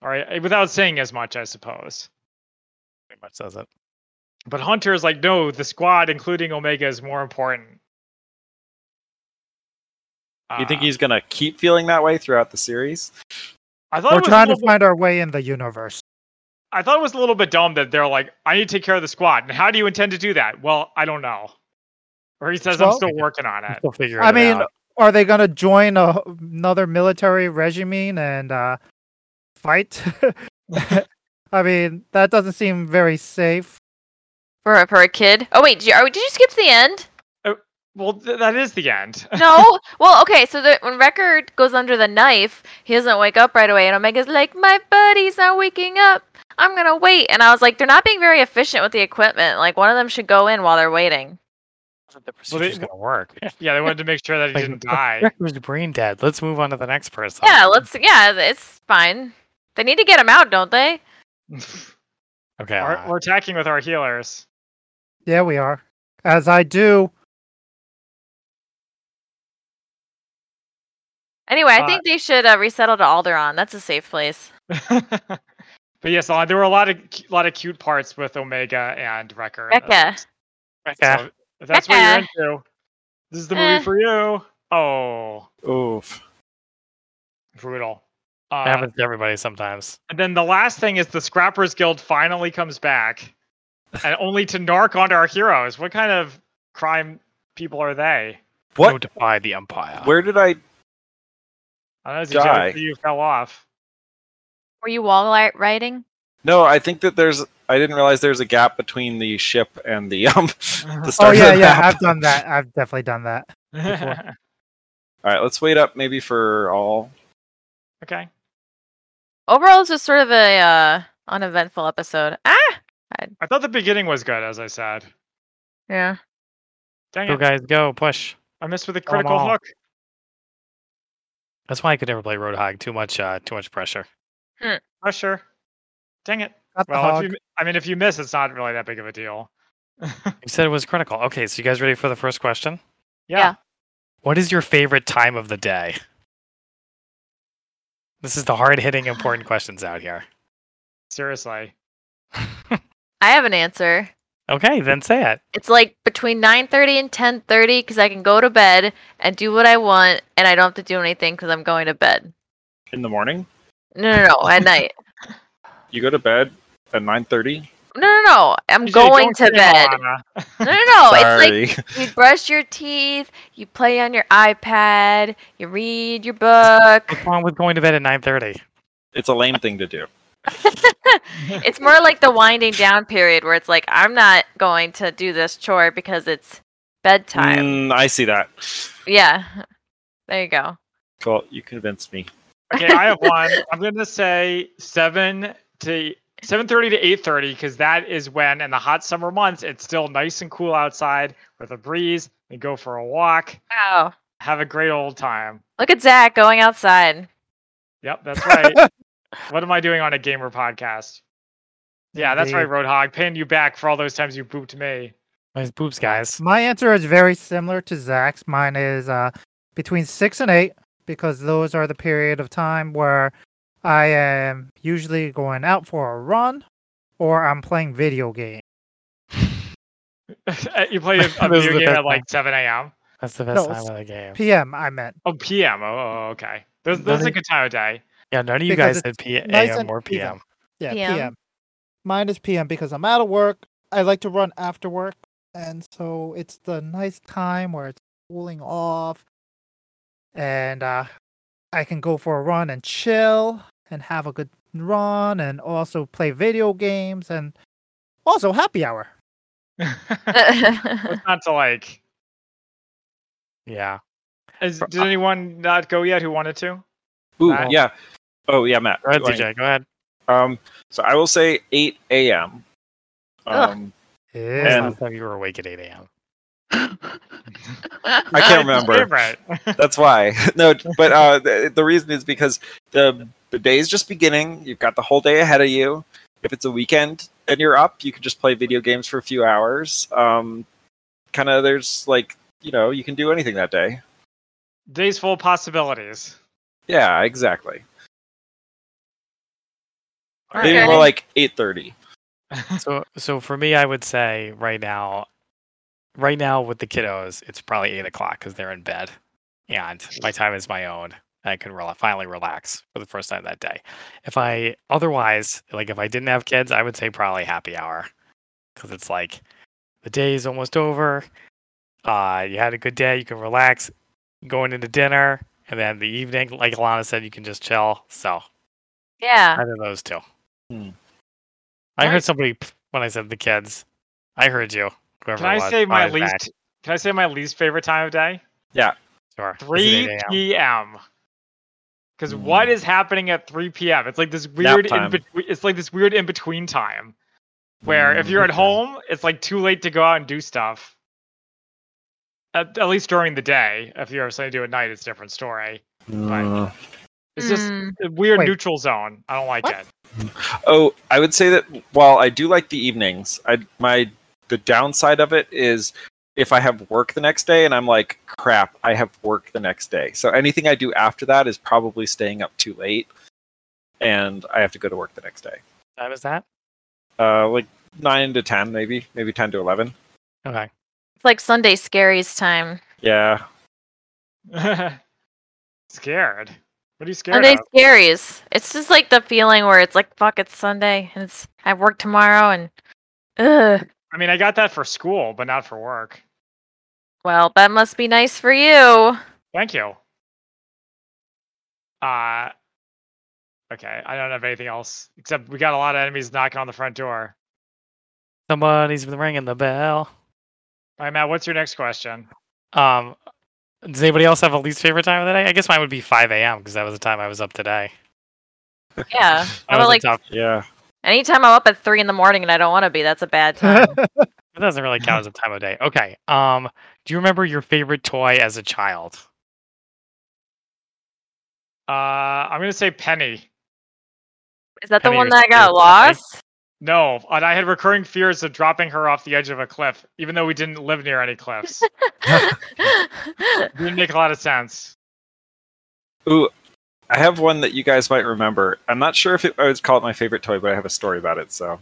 Speaker 1: All right, eh, without saying as much, I suppose.
Speaker 4: Pretty much says it.
Speaker 1: But Hunter is like, no, the squad, including Omega, is more important.
Speaker 2: You think
Speaker 1: Uh,
Speaker 2: he's gonna keep feeling that way throughout the series?
Speaker 1: I thought
Speaker 5: We're
Speaker 1: it was a
Speaker 5: trying to
Speaker 1: little bit-
Speaker 5: find our way in the universe.
Speaker 1: I thought it was a little bit dumb that they're like, I need to take care of the squad. And how do you intend to do that? Well, I don't know. Or he says, I'm
Speaker 5: Well-
Speaker 1: still working on it.
Speaker 4: We'll figure
Speaker 5: I
Speaker 4: it
Speaker 5: mean,
Speaker 4: out.
Speaker 5: are they gonna join a, another military regime and uh, fight? I mean, that doesn't seem very safe.
Speaker 3: For a, for a kid. Oh wait, did you, are, we- did you skip to the end?
Speaker 1: Well, th- that is the end.
Speaker 3: No. well, okay. So that when Record goes under the knife, he doesn't wake up right away, and Omega's like, "My buddy's not waking up. I'm gonna wait." And I was like, "They're not being very efficient with the equipment. Like one of them should go in while they're waiting."
Speaker 4: the procedure's gonna work.
Speaker 1: yeah, they wanted to make sure that he
Speaker 4: Like,
Speaker 1: didn't die.
Speaker 4: Rex was brain dead. Let's move on to the next person.
Speaker 3: Yeah. Let's. Yeah. It's fine. They need to get him out, don't they?
Speaker 4: Okay. uh,
Speaker 1: We're-
Speaker 4: Alana.
Speaker 1: we're attacking with our healers.
Speaker 5: Yeah, we are. As I do.
Speaker 3: Anyway, I
Speaker 1: Uh,
Speaker 3: think they should uh, resettle to Alderon. That's a safe place.
Speaker 1: but yes, Alana, there were a lot of cu- lot of cute parts with Omega and Wrecker. in this.
Speaker 3: Becca.
Speaker 4: Becca.
Speaker 1: So if that's what
Speaker 3: Becca.
Speaker 1: you're into, this is the movie
Speaker 3: Eh.
Speaker 1: for you. Oh,
Speaker 2: Oof.
Speaker 1: brutal. Uh,
Speaker 4: It happens to everybody sometimes.
Speaker 1: And then the last thing is the Scrappers Guild finally comes back, and only to narc onto our heroes. What kind of crime people are they?
Speaker 4: Go
Speaker 2: What?
Speaker 4: defy the Empire.
Speaker 2: Where did I?
Speaker 1: I don't know. Zijan,
Speaker 2: Die.
Speaker 1: You fell off.
Speaker 3: Were you wall li- riding?
Speaker 2: No, I think that there's. I didn't realize there's a gap between the ship and the um. The start of
Speaker 5: Oh yeah,
Speaker 2: the
Speaker 5: yeah.
Speaker 2: map.
Speaker 5: I've done that. I've definitely done that.
Speaker 4: Before-
Speaker 2: All right, let's wait up maybe for all.
Speaker 1: okay.
Speaker 3: Overall, this was sort of a uh, uneventful episode. Ah,
Speaker 1: I thought the beginning was good, as I said.
Speaker 3: yeah.
Speaker 1: Dang
Speaker 4: Go
Speaker 1: it!
Speaker 4: guys, go push.
Speaker 1: I missed with a
Speaker 4: Kill 'em
Speaker 1: critical
Speaker 4: all.
Speaker 1: hook.
Speaker 4: That's why I could never play Roadhog. Too much, uh, too much pressure.
Speaker 1: Pressure. Dang it.
Speaker 5: Got the
Speaker 1: Well,
Speaker 5: hog.
Speaker 1: if you, I mean, if you miss, it's not really that big of a deal.
Speaker 4: You said it was critical. Okay, so you guys ready for the first question?
Speaker 1: Yeah.
Speaker 4: What is your favorite time of the day? This is the hard-hitting, important questions out here.
Speaker 1: Seriously.
Speaker 3: I have an answer.
Speaker 4: Okay, then say it.
Speaker 3: It's like between 9:30 and 10:30 because I can go to bed and do what I want, and I don't have to do anything because I'm going to bed.
Speaker 2: In the morning,
Speaker 3: No, no, no. at night.
Speaker 2: you go to bed at nine thirty.
Speaker 3: No, no, no. I'm
Speaker 1: Jay,
Speaker 3: going
Speaker 1: don't
Speaker 3: to
Speaker 1: kill
Speaker 3: bed.
Speaker 1: Alana.
Speaker 3: No, no, no. Oh, It's like
Speaker 2: Sorry.
Speaker 3: you brush your teeth, you play on your iPad, you read your book.
Speaker 4: What's wrong with going to bed at 9:30?
Speaker 2: it's a lame thing to do.
Speaker 3: It's more like the winding down period where it's like, I'm not going to do this chore because it's bedtime.
Speaker 2: Mm, I see that.
Speaker 3: Yeah. There you go.
Speaker 2: Cool. You convinced me.
Speaker 1: Okay, I have one. I'm gonna say seven to seven thirty to eight thirty because that is when in the hot summer months it's still nice and cool outside with a breeze. And go for a walk,
Speaker 3: Wow.
Speaker 1: have a great old time.
Speaker 3: Look at Zach going outside.
Speaker 1: Yep, that's right. what am I doing on a gamer podcast? Yeah, that's right,
Speaker 5: Indeed.
Speaker 1: Roadhog. Paying you back for all those times you booped me.
Speaker 4: Nice boobs, guys.
Speaker 5: My answer is very similar to Zach's. Mine is uh, between six and eight because those are the period of time where I am usually going out for a run or I'm playing video games.
Speaker 1: you played a
Speaker 4: This is
Speaker 1: video
Speaker 4: the
Speaker 1: game
Speaker 4: best
Speaker 1: at like seven a.m.
Speaker 4: That's the best
Speaker 5: No,
Speaker 4: time
Speaker 5: it's-
Speaker 4: of the game.
Speaker 5: PM, I meant.
Speaker 1: Oh, p.m. Oh, oh, okay. Those,
Speaker 4: None
Speaker 1: those are a
Speaker 4: of-
Speaker 1: good time of day.
Speaker 4: Yeah, none of you
Speaker 5: Because
Speaker 4: guys said
Speaker 5: it's
Speaker 4: P-
Speaker 5: nice
Speaker 4: AM
Speaker 5: and
Speaker 4: or
Speaker 5: even.
Speaker 4: PM.
Speaker 5: Yeah,
Speaker 3: PM.
Speaker 5: PM. Mine is PM because I'm out of work. I like to run after work. And so it's the nice time where it's cooling off. And uh, I can go for a run and chill and have a good run and also play video games and also happy hour.
Speaker 1: it's not to like.
Speaker 4: Yeah.
Speaker 1: Is,
Speaker 4: Bro,
Speaker 1: did
Speaker 2: uh,
Speaker 4: I-
Speaker 1: anyone not go yet who wanted to?
Speaker 2: Ooh,
Speaker 1: Matt?
Speaker 2: yeah. Oh, yeah, Matt.
Speaker 4: Go ahead,
Speaker 2: you wanna-
Speaker 4: DJ. Go ahead.
Speaker 2: Um, so I will say 8 a.m.
Speaker 3: Ugh.
Speaker 2: Um,
Speaker 4: When was the
Speaker 2: And-
Speaker 4: last time you were awake at 8 a.m.
Speaker 2: I can't remember.
Speaker 1: Favorite.
Speaker 2: That's why. no, but uh, the, the reason is because the the day's just beginning. You've got the whole day ahead of you. If it's a weekend and you're up, you can just play video games for a few hours. Um, kind of, there's like you know, you can do anything that day.
Speaker 1: Days full of possibilities.
Speaker 2: Yeah, exactly. Maybe
Speaker 3: Okay.
Speaker 2: more like eight thirty.
Speaker 4: So, so for me, I would say right now, right now with the kiddos, it's probably 8 o'clock because they're in bed. And my time is my own. I can rela- finally relax for the first time that day. If I otherwise, like if I didn't have kids, I would say probably happy hour because it's like the day is almost over. Uh, you had a good day. You can relax going into dinner. And then the evening, like Alana said, you can just chill. So
Speaker 3: yeah.
Speaker 4: Either of those two.
Speaker 2: Hmm.
Speaker 4: I
Speaker 1: Nice.
Speaker 4: heard somebody p- when I said the kids. I heard you. Whoever
Speaker 1: Can
Speaker 4: it
Speaker 1: I
Speaker 4: was,
Speaker 1: say my
Speaker 4: Fine,
Speaker 1: least?
Speaker 4: back.
Speaker 1: Can I say my least favorite time of day?
Speaker 4: Sure. Is it 8
Speaker 1: 3
Speaker 4: a.m.?
Speaker 1: p.m. Because what
Speaker 2: Mm.
Speaker 1: is happening at 3 p.m.? It's like this
Speaker 2: Nap
Speaker 1: weird. In
Speaker 2: time.
Speaker 1: between, it's like this weird in between time where if you're at
Speaker 2: Mm, okay.
Speaker 1: home, it's like too late to go out and do stuff. At, at least during the day. If you're something to do at night, it's a different story. Right. It's just
Speaker 3: Mm.
Speaker 1: a weird
Speaker 5: Wait.
Speaker 1: neutral zone. I don't like
Speaker 5: What?
Speaker 1: it.
Speaker 2: Oh, I would say that while I do like the evenings, I my the downside of it is if I have work the next day and I'm like, crap, I have work the next day. So anything I do after that is probably staying up too late, and I have to go to work the next day.
Speaker 4: Time is that?
Speaker 2: Uh, like nine to ten, maybe, maybe ten to eleven.
Speaker 4: Okay.
Speaker 3: It's like Sunday scaries time.
Speaker 2: Yeah,
Speaker 1: scared. What are you scared
Speaker 3: Sunday
Speaker 1: of?
Speaker 3: scaries. It's just like the feeling where it's like, fuck, it's Sunday and it's I work tomorrow and ugh.
Speaker 1: I mean, I got that for school, but not for work.
Speaker 3: Well, that must be nice for you.
Speaker 1: Thank you. Uh okay, I don't have anything else except we got a lot of enemies knocking on the front door.
Speaker 4: Somebody's been ringing the bell.
Speaker 1: All right, Matt, what's your next question?
Speaker 4: Um, does anybody else have a least favorite time of the day? I guess mine would be 5 a.m. because that was the time I was up today.
Speaker 3: Yeah.
Speaker 4: That
Speaker 3: I would
Speaker 4: was a
Speaker 3: Oh, like
Speaker 4: tough-
Speaker 2: yeah.
Speaker 3: anytime I'm up at three in the morning and I don't want to be, that's a bad time.
Speaker 4: It doesn't really count as a time of day. Okay. Um, do you remember your favorite toy as a child?
Speaker 1: Uh I'm gonna say Penny.
Speaker 3: Is that the
Speaker 4: Penny
Speaker 3: one
Speaker 4: or
Speaker 3: that I got
Speaker 4: Sue, right?
Speaker 3: lost?
Speaker 1: No, and I had recurring fears of dropping her off the edge of a cliff, even though we didn't live near any cliffs. It didn't make a lot of sense.
Speaker 2: I have one that you guys might remember. I'm not sure if it, I would call it my favorite toy, but I have a story about it. So,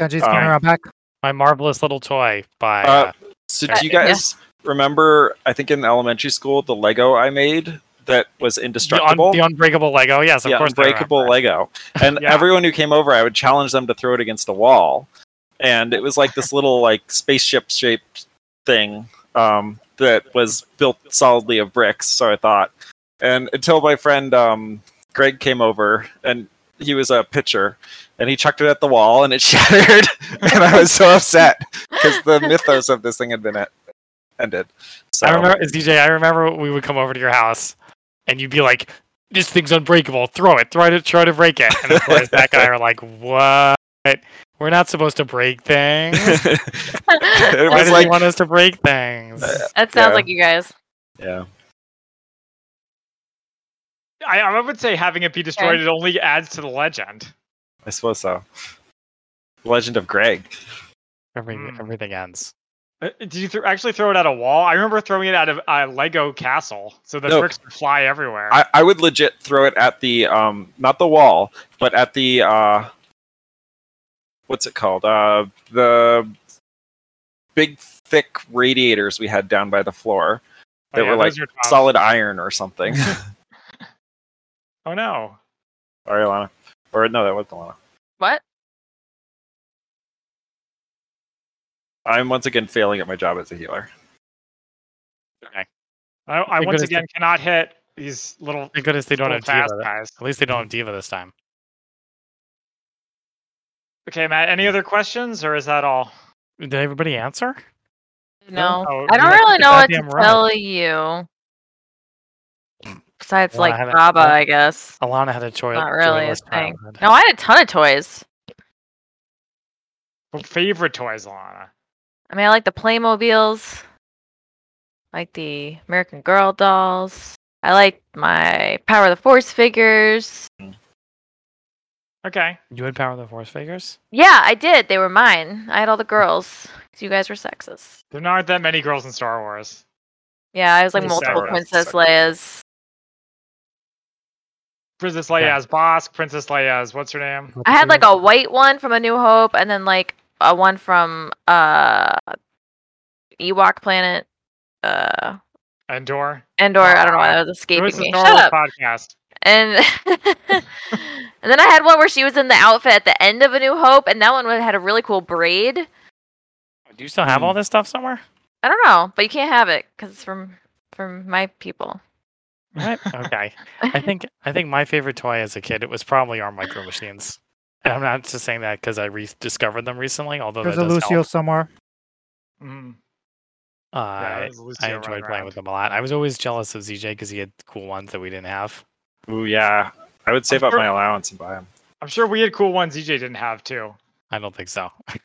Speaker 5: Genji's
Speaker 2: Um,
Speaker 5: coming around back.
Speaker 4: My marvelous little toy by.
Speaker 2: Uh,
Speaker 4: Uh,
Speaker 2: So
Speaker 4: Uh,
Speaker 2: do you
Speaker 3: yeah.
Speaker 2: guys remember? I think in elementary school, the Lego I made that was
Speaker 4: the, un-
Speaker 2: indestructible,
Speaker 4: the unbreakable Lego. Yes, of
Speaker 2: Yeah,
Speaker 4: course. I remember.
Speaker 2: unbreakable Lego, and
Speaker 1: Yeah.
Speaker 2: everyone who came over, I would challenge them to throw it against a wall, and it was like this little like spaceship shaped thing um, that was built solidly of bricks. So I thought, and until my friend um, Greg came over, and he was a pitcher, and he chucked it at the wall, and it shattered. and I was so upset because the mythos of this thing had been e- ended. So
Speaker 4: I remember DJ. I remember we would come over to your house, and you'd be like, "This thing's unbreakable. Throw it. Throw it. Try to break it." And of course, that guy are like, "What? We're not supposed to break things.
Speaker 2: it
Speaker 4: Why
Speaker 2: was
Speaker 4: does
Speaker 2: like,
Speaker 4: he want us to break things?"
Speaker 2: Uh,
Speaker 3: That sounds
Speaker 2: Yeah.
Speaker 3: like you guys.
Speaker 2: yeah,
Speaker 1: I, I would say having it be destroyed it only adds to the legend.
Speaker 2: I suppose so. Legend of Greg.
Speaker 4: Everything,
Speaker 2: hmm.
Speaker 1: Mm.
Speaker 4: everything ends.
Speaker 1: Uh, Did you th- actually throw it at a wall? I remember throwing it at a, a Lego castle, so the
Speaker 2: No.
Speaker 1: bricks would fly everywhere.
Speaker 2: I, I would legit throw it at the um not the wall, but at the uh what's it called? Uh the big thick radiators we had down by the floor.
Speaker 1: Oh,
Speaker 2: They
Speaker 1: yeah,
Speaker 2: were like
Speaker 1: those are tough.
Speaker 2: solid iron or something.
Speaker 1: Oh no!
Speaker 2: Sorry, Alana. Or no, that wasn't Alana.
Speaker 3: What?
Speaker 2: I'm once again failing at my job as a healer.
Speaker 1: I, I
Speaker 4: Thank
Speaker 1: once
Speaker 4: goodness they-
Speaker 1: again cannot hit these little,
Speaker 4: Thank goodness they don't
Speaker 1: little
Speaker 4: have
Speaker 1: fast
Speaker 4: Diva.
Speaker 1: guys.
Speaker 4: At least they don't have Diva this time.
Speaker 1: Okay, Matt. Any other questions, or is that all?
Speaker 4: Did everybody answer?
Speaker 3: No.
Speaker 1: Oh,
Speaker 3: I don't
Speaker 1: you have
Speaker 3: really
Speaker 4: to
Speaker 3: know what to
Speaker 4: goddamn run.
Speaker 3: tell you. Besides,
Speaker 4: Well, I
Speaker 3: like
Speaker 4: haven't-
Speaker 3: Baba,
Speaker 4: well-
Speaker 3: I guess.
Speaker 4: Alana had a choice.
Speaker 3: Not really a thing. No, I had a ton of toys.
Speaker 1: Favorite toys, Alana.
Speaker 3: I mean, I like the Playmobiles, like the American Girl dolls. I like my Power of the Force figures.
Speaker 1: Okay.
Speaker 4: You had Power of the Force figures?
Speaker 3: Yeah, I did. They were mine. I had all the girls. 'cause you guys were sexist.
Speaker 1: There aren't that many girls in Star Wars.
Speaker 3: Yeah, I was like
Speaker 1: Yes,
Speaker 3: multiple
Speaker 1: Sarah.
Speaker 3: Princess
Speaker 2: Sarah.
Speaker 3: Leia's.
Speaker 1: Princess Leia
Speaker 4: Yeah.
Speaker 1: as Bosk. Princess Leia as what's her name?
Speaker 3: I had like a white one from A New Hope, and then like a one from uh Ewok Planet. Uh,
Speaker 1: Endor.
Speaker 3: Endor. I don't know why
Speaker 1: Aw.
Speaker 3: that was
Speaker 1: It
Speaker 3: escaping
Speaker 1: was a
Speaker 3: me.
Speaker 1: Star
Speaker 3: Shut
Speaker 1: Wars
Speaker 3: up.
Speaker 1: podcast.
Speaker 3: And and then I had one where she was in the outfit at the end of A New Hope, and that one had a really cool braid.
Speaker 4: Do you still have
Speaker 2: Hmm.
Speaker 4: all this stuff somewhere?
Speaker 3: I don't know, but you can't have it because it's from from my people.
Speaker 4: What? Okay. I think I think my favorite toy as a kid it was probably our micro machines. And I'm not just saying that because I rediscovered them recently, although
Speaker 5: There's
Speaker 4: Oh, that
Speaker 5: a
Speaker 4: does
Speaker 5: Lucio
Speaker 4: help.
Speaker 5: somewhere.
Speaker 1: Mm.
Speaker 4: Uh,
Speaker 1: Yeah, it was Lucio
Speaker 4: I
Speaker 1: running
Speaker 4: enjoyed
Speaker 1: around.
Speaker 4: playing with them a lot. I was always jealous of ZJ because he had cool ones that we didn't have.
Speaker 2: Ooh yeah. I would save up my allowance and buy them.
Speaker 1: I'm sure we had cool ones EJ didn't have too.
Speaker 4: I don't think so.
Speaker 2: I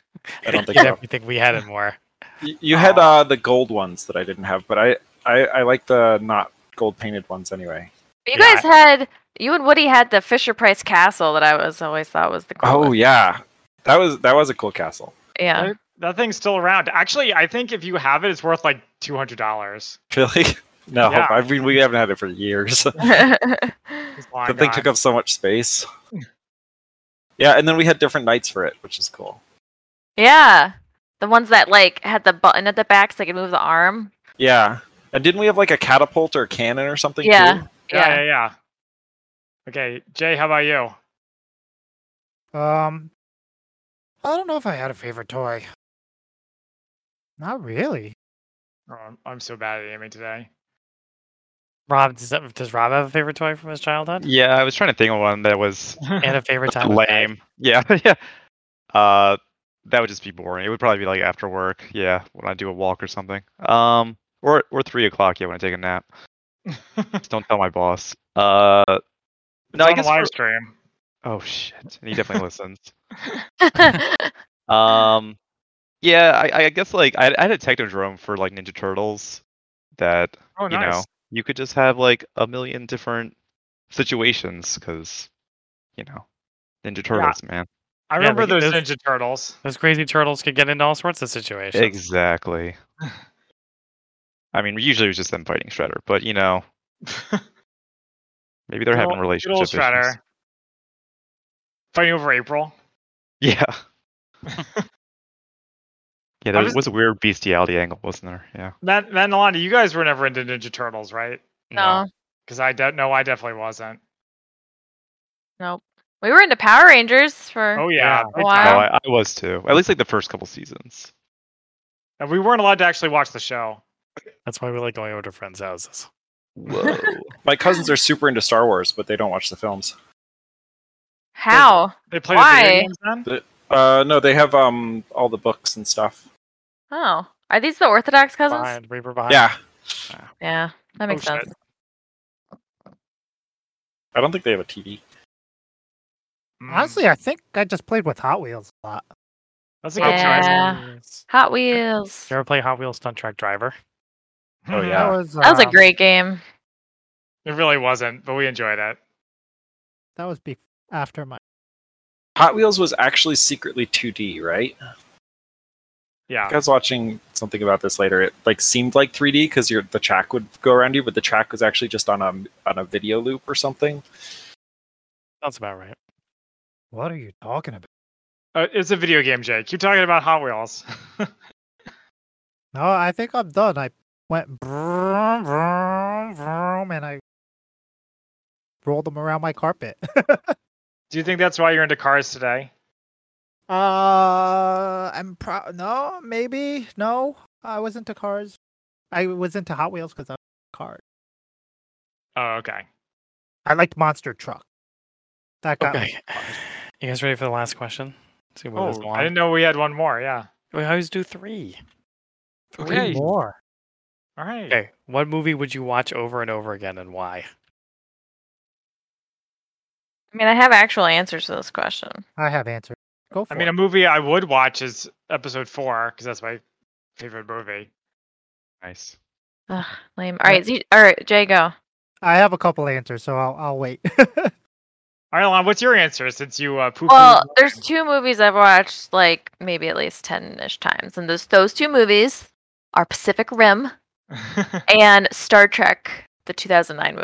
Speaker 2: don't think
Speaker 4: You
Speaker 2: so.
Speaker 4: definitely think we had it more.
Speaker 2: Y- You had uh the gold ones that I didn't have, but I I, I like the not gold painted ones anyway.
Speaker 3: But you
Speaker 4: Yeah,
Speaker 3: guys had you and Woody had the Fisher Price castle that I was always thought was the coolest.
Speaker 2: Oh yeah. That was that was a cool castle.
Speaker 3: yeah.
Speaker 1: Right? That thing's still around. Actually, I think if you have it, it's worth like two hundred dollars.
Speaker 2: Really? No,
Speaker 1: Yeah.
Speaker 2: I mean we haven't had it for years. the thing took up so much space. yeah, and then we had different nights for it, which is cool.
Speaker 3: yeah, the ones that like had the button at the back so they could move the arm.
Speaker 2: Yeah, and didn't we have like a catapult or a cannon or something?
Speaker 3: Yeah.
Speaker 2: too?
Speaker 1: Yeah,
Speaker 3: Yeah.
Speaker 1: yeah, yeah. Okay, Jay, how about you?
Speaker 5: Um, I don't know if I had a favorite toy. Not really.
Speaker 1: Oh, I'm- I'm so bad at aiming today.
Speaker 4: Rob, does, that, does Rob have a favorite toy from his childhood?
Speaker 6: Yeah, I was trying to think of one that was
Speaker 4: And a favorite time? with guys?
Speaker 6: lame. Yeah, yeah. Uh, that would just be boring. It would probably be like after work. Yeah, when I do a walk or something. Um, or or three o'clock. Yeah, when I take a nap. Just don't tell my boss. Uh,
Speaker 1: It's
Speaker 6: no, I
Speaker 1: on a
Speaker 6: guess.
Speaker 1: live
Speaker 6: for-
Speaker 1: stream.
Speaker 6: oh shit, and he definitely listens.
Speaker 3: Yeah.
Speaker 6: Um, yeah, I, I guess like I, I had a Technodrome for like Ninja Turtles that
Speaker 1: Oh,
Speaker 6: you
Speaker 1: nice.
Speaker 6: know you could just have like a million different situations because you know Ninja Turtles, man.
Speaker 1: I
Speaker 4: Yeah,
Speaker 1: remember
Speaker 4: like,
Speaker 1: those
Speaker 4: those-
Speaker 1: Ninja Turtles.
Speaker 4: Those crazy turtles could get into all sorts of situations.
Speaker 6: Exactly. I mean, usually it was just them fighting Shredder, but you know, maybe
Speaker 1: Good
Speaker 6: they're having
Speaker 1: ol- good
Speaker 6: relationship
Speaker 1: old
Speaker 6: issues.
Speaker 1: Shredder. Fighting over April.
Speaker 6: Yeah. yeah, there
Speaker 1: just-
Speaker 6: was a weird bestiality angle, wasn't there? Yeah.
Speaker 1: Matt, Matt and Alana, you guys were never into Ninja Turtles, right?
Speaker 3: no,
Speaker 1: Because I don't know, I definitely wasn't.
Speaker 3: we were into Power Rangers for.
Speaker 1: Oh yeah,
Speaker 4: Yeah.
Speaker 1: big
Speaker 3: Wow.
Speaker 6: Oh,
Speaker 1: time.
Speaker 6: I, I was too. At least like the first couple seasons.
Speaker 1: and we weren't allowed to actually watch the show.
Speaker 4: That's why we like going over to friends' houses.
Speaker 6: Whoa.
Speaker 2: My cousins are super into Star Wars, but they don't watch the films.
Speaker 3: How?
Speaker 1: They play the video
Speaker 3: Why?
Speaker 1: games then?
Speaker 2: Uh, no, they have um all the books and stuff.
Speaker 3: Oh, are these the Orthodox cousins?
Speaker 4: Behind, Reaper behind.
Speaker 2: Yeah,
Speaker 3: Yeah, that makes
Speaker 1: shit.
Speaker 3: sense.
Speaker 2: I don't think they have a TV.
Speaker 1: Mm,
Speaker 5: Honestly, I think I just played with Hot Wheels a lot.
Speaker 1: that's a good choice.
Speaker 3: Yeah. Hot Wheels.
Speaker 4: You ever play Hot Wheels Stunt Track Driver?
Speaker 2: Oh, yeah.
Speaker 5: That was,
Speaker 3: That was a
Speaker 5: uh,
Speaker 3: great game.
Speaker 1: It really wasn't, but we enjoyed it.
Speaker 5: That was be- after my.
Speaker 2: Hot Wheels was actually secretly 2D, right?
Speaker 1: Yeah.
Speaker 2: I was watching something about this later. It like seemed like 3D because your the track would go around you, but the track was actually just on a on a video loop or something.
Speaker 4: Sounds about right.
Speaker 5: What are you talking about?
Speaker 1: Uh, it's a video game, Jake. You're talking about Hot Wheels.
Speaker 5: No, I think I'm done. I went vroom, vroom, vroom, and I rolled them around my carpet.
Speaker 1: Do you think that's why you're into cars today?
Speaker 5: Uh, I'm pro. No, maybe no. I was into cars. I was into Hot Wheels because I was cars.
Speaker 1: Oh, okay.
Speaker 5: I liked Monster Truck. That got me.
Speaker 4: Okay. You guys ready for the last question? Let's see what this
Speaker 1: Oh, I didn't know we had one more. Yeah.
Speaker 4: We always do three.
Speaker 5: Three
Speaker 1: Okay.
Speaker 5: more.
Speaker 1: All right.
Speaker 4: Okay. What movie would you watch over and over again and why?
Speaker 3: I mean, I have actual answers to this question.
Speaker 5: I have answered. Go for
Speaker 1: I mean,
Speaker 5: it.
Speaker 1: a movie I would watch is Episode Four because that's my favorite movie.
Speaker 6: Nice.
Speaker 3: Ugh, lame. All right, Z- all right, Jay, go.
Speaker 5: I have a couple answers, so I'll I'll wait.
Speaker 1: All right, Lon, what's your answer since you uh, poo
Speaker 3: Well, there's two movies I've watched like maybe at least ten-ish times, and those those two movies are Pacific Rim and Star Trek, the 2009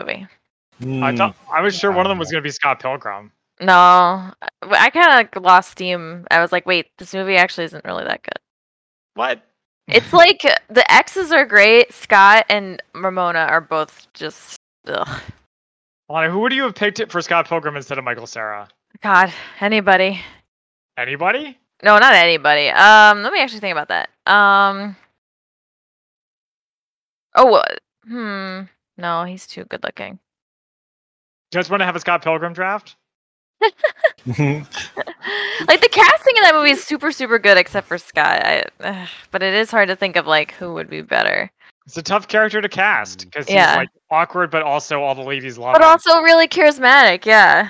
Speaker 3: movie.
Speaker 1: I thought I was sure one of them was
Speaker 2: Um,
Speaker 1: going to be Scott Pilgrim.
Speaker 3: No, I, I kind of lost steam. I was like, wait, this movie actually isn't really that good.
Speaker 1: What?
Speaker 3: It's like uh, the X's are great. Scott and Ramona are both just ugh.
Speaker 1: Lon, who would you have picked it for Scott Pilgrim instead of Michael Sarah?
Speaker 3: God, anybody.
Speaker 1: Anybody?
Speaker 3: No, not anybody. Um, let me actually think about that. Um, oh, uh, hmm. No, he's too good looking.
Speaker 1: Do you guys want to have a Scott Pilgrim draft?
Speaker 2: Mm.
Speaker 3: like the casting in that movie is super, super good, except for Scott. I, ugh, but it is hard to think of like who would be better.
Speaker 1: It's a tough character to cast because
Speaker 3: Yeah.
Speaker 1: he's like awkward, but also all the ladies love
Speaker 3: But
Speaker 1: him
Speaker 3: also really charismatic. Yeah,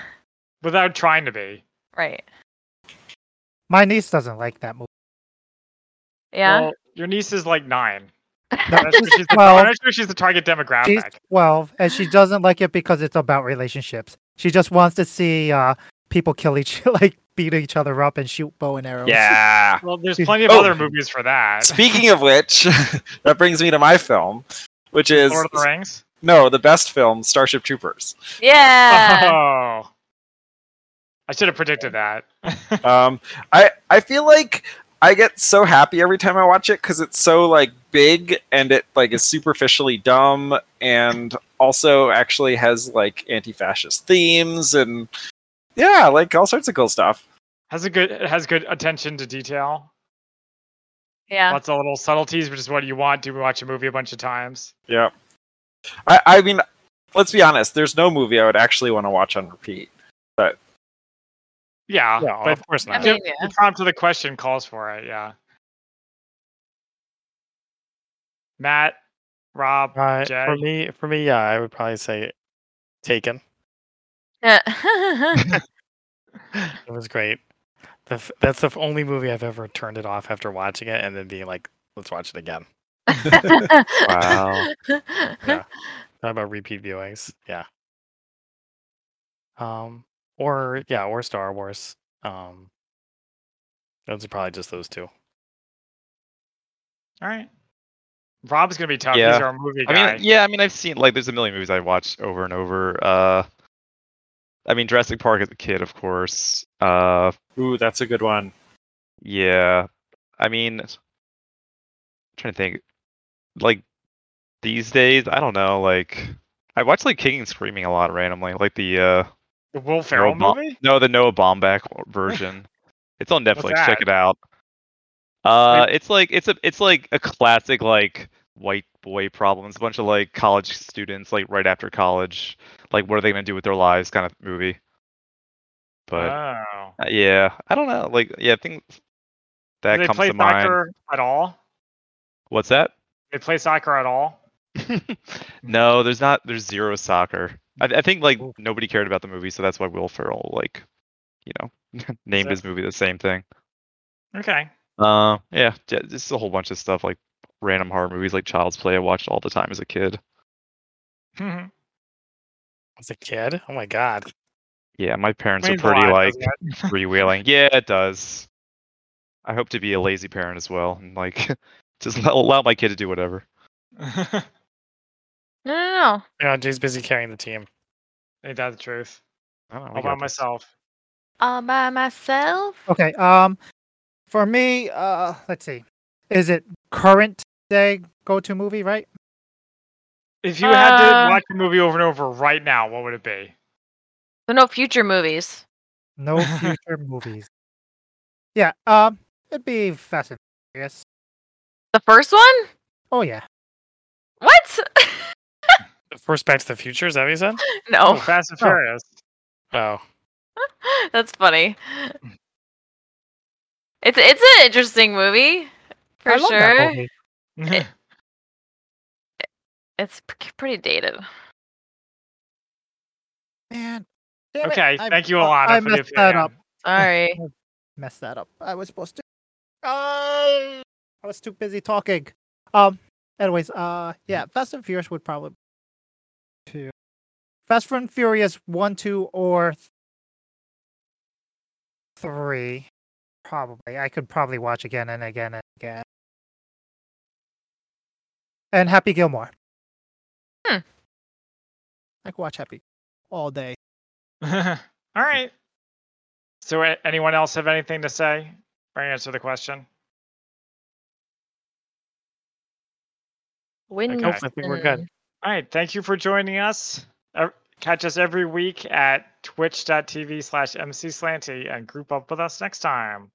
Speaker 1: without trying to be.
Speaker 3: right.
Speaker 5: my niece doesn't like that movie.
Speaker 3: Yeah.
Speaker 1: Well, your niece is like nine.
Speaker 5: No,
Speaker 1: I'm not sure she's the,
Speaker 5: Well-
Speaker 1: I'm not sure she's the target
Speaker 5: She's
Speaker 1: demographic.
Speaker 5: 12, and she doesn't like it because it's about relationships. She just wants to see uh, people kill each like beat each other up and shoot bow and arrows.
Speaker 2: yeah.
Speaker 1: Well, there's
Speaker 5: she's-
Speaker 1: plenty of
Speaker 2: Oh.
Speaker 1: other movies for that.
Speaker 2: Speaking of which, that brings me to my film, which is
Speaker 1: Lord of the Rings.
Speaker 2: no the best film, Starship Troopers.
Speaker 3: yeah.
Speaker 1: Oh. I should have predicted that.
Speaker 2: Um, I I feel like I get so happy every time I watch it because it's so like big and it like is superficially dumb and also actually has like anti-fascist themes and yeah, like all sorts of cool stuff.
Speaker 1: has a good it has good attention to detail.
Speaker 3: Yeah.
Speaker 1: Lots of little subtleties, which is what you want to watch a movie a bunch of times.
Speaker 2: Yeah, I I mean, let's be honest. There's no movie I would actually want to watch on repeat.
Speaker 1: Yeah.
Speaker 4: No,
Speaker 1: Uh, but
Speaker 4: of course
Speaker 3: I
Speaker 4: not.
Speaker 1: Yeah.
Speaker 3: mean, yeah.
Speaker 1: the prompt of the question calls for it, yeah. Matt, Rob,
Speaker 4: Uh,
Speaker 1: Jay?
Speaker 4: for me, for me, yeah, I would probably say Taken.
Speaker 3: Yeah.
Speaker 4: It was great. The, f- that's the f- only movie I've ever turned it off after watching it and then being like, let's watch it again.
Speaker 6: Wow.
Speaker 4: Yeah. Talk about repeat viewings. Yeah. Um, or yeah, or Star Wars. Um, those are probably just those two.
Speaker 1: All right. Rob's gonna be tough.
Speaker 6: Yeah.
Speaker 1: He's our movie guy.
Speaker 6: I mean, yeah, I mean, I've seen like there's a million movies I watched over and over. Uh, I mean, Jurassic Park as a kid, of course. Uh,
Speaker 2: Ooh, that's a good one.
Speaker 6: yeah, I mean, trying to think, like these days, I don't know. Like, I watch like King and Screaming a lot randomly, like the uh,
Speaker 1: the Will
Speaker 6: Noah
Speaker 1: Ferrell
Speaker 6: Bom-
Speaker 1: movie?
Speaker 6: no, the Noah Baumbach version. it's on
Speaker 1: What's
Speaker 6: Netflix. Check
Speaker 1: that?
Speaker 6: it out. Uh, it's like it's a it's like a classic like white boy problem. It's a bunch of like college students like right after college, like what are they gonna do with their lives kind of movie. But
Speaker 1: oh.
Speaker 6: uh, yeah, I don't know. Like yeah, things that
Speaker 1: Do they
Speaker 6: comes
Speaker 1: play
Speaker 6: to mind.
Speaker 1: soccer at all?
Speaker 6: What's that?
Speaker 1: They play soccer at all?
Speaker 6: no, there's not. There's zero soccer. I, I think like
Speaker 5: Oof.
Speaker 6: nobody cared about the movie, so that's why Will Ferrell like, you know, named
Speaker 1: So-
Speaker 6: his movie the same thing.
Speaker 1: Okay.
Speaker 6: Uh, yeah, j- just a whole bunch of stuff like random horror movies like Child's Play. I watched all the time as a kid.
Speaker 1: Mhm.
Speaker 4: As a kid? Oh my god.
Speaker 6: Yeah, my parents
Speaker 1: Means a
Speaker 6: are pretty
Speaker 1: lot,
Speaker 6: like
Speaker 1: doesn't it?
Speaker 6: freewheeling. Yeah, it does. I hope to be a lazy parent as well, and like just allow- allow my kid to do whatever.
Speaker 3: No, no,
Speaker 4: Yeah, Jay's busy carrying the team.
Speaker 1: Ain't that the truth?
Speaker 6: I don't know.
Speaker 1: All by myself.
Speaker 3: no. All Uh, by myself.
Speaker 5: Okay. Um, for me, uh, let's see, is it current day go to movie? Right?
Speaker 1: If you had to
Speaker 3: Uh,
Speaker 1: watch a movie over and over right now, what would it be?
Speaker 3: But Oh, no future movies.
Speaker 5: No future movies. Yeah. Um, it'd be Fast and Furious.
Speaker 3: The first one?
Speaker 5: Oh yeah.
Speaker 3: What?
Speaker 4: First Back to the Future, is that what you said?
Speaker 1: Oh,
Speaker 3: no,
Speaker 1: Fast and
Speaker 5: Oh.
Speaker 1: Furious.
Speaker 4: Oh.
Speaker 3: that's funny. It's it's an interesting movie, for
Speaker 5: I love that
Speaker 3: sure.
Speaker 5: movie.
Speaker 3: It's p- pretty dated.
Speaker 5: Man. damn it,
Speaker 1: okay,
Speaker 5: I-
Speaker 1: thank you,
Speaker 5: I-
Speaker 1: Alana,
Speaker 5: I
Speaker 1: for the
Speaker 5: messed that
Speaker 1: opinion.
Speaker 5: up.
Speaker 3: Sorry.
Speaker 5: Messed that up. I was supposed to. Uh, I was too busy talking. Um. Anyways, uh, yeah, Fast and Furious would probably two. Fast and Furious one, two, or th- three. Probably, I could probably watch again and again and again. And Happy Gilmore.
Speaker 3: Hmm.
Speaker 5: I could watch Happy all day.
Speaker 1: All right. So, a- anyone else have anything to say or answer the question?
Speaker 3: When
Speaker 4: Nope, I think we're good.
Speaker 1: All right. Thank you for joining us. Ev- Catch us every week at twitch.tv slash mcslanty and group up with us next time.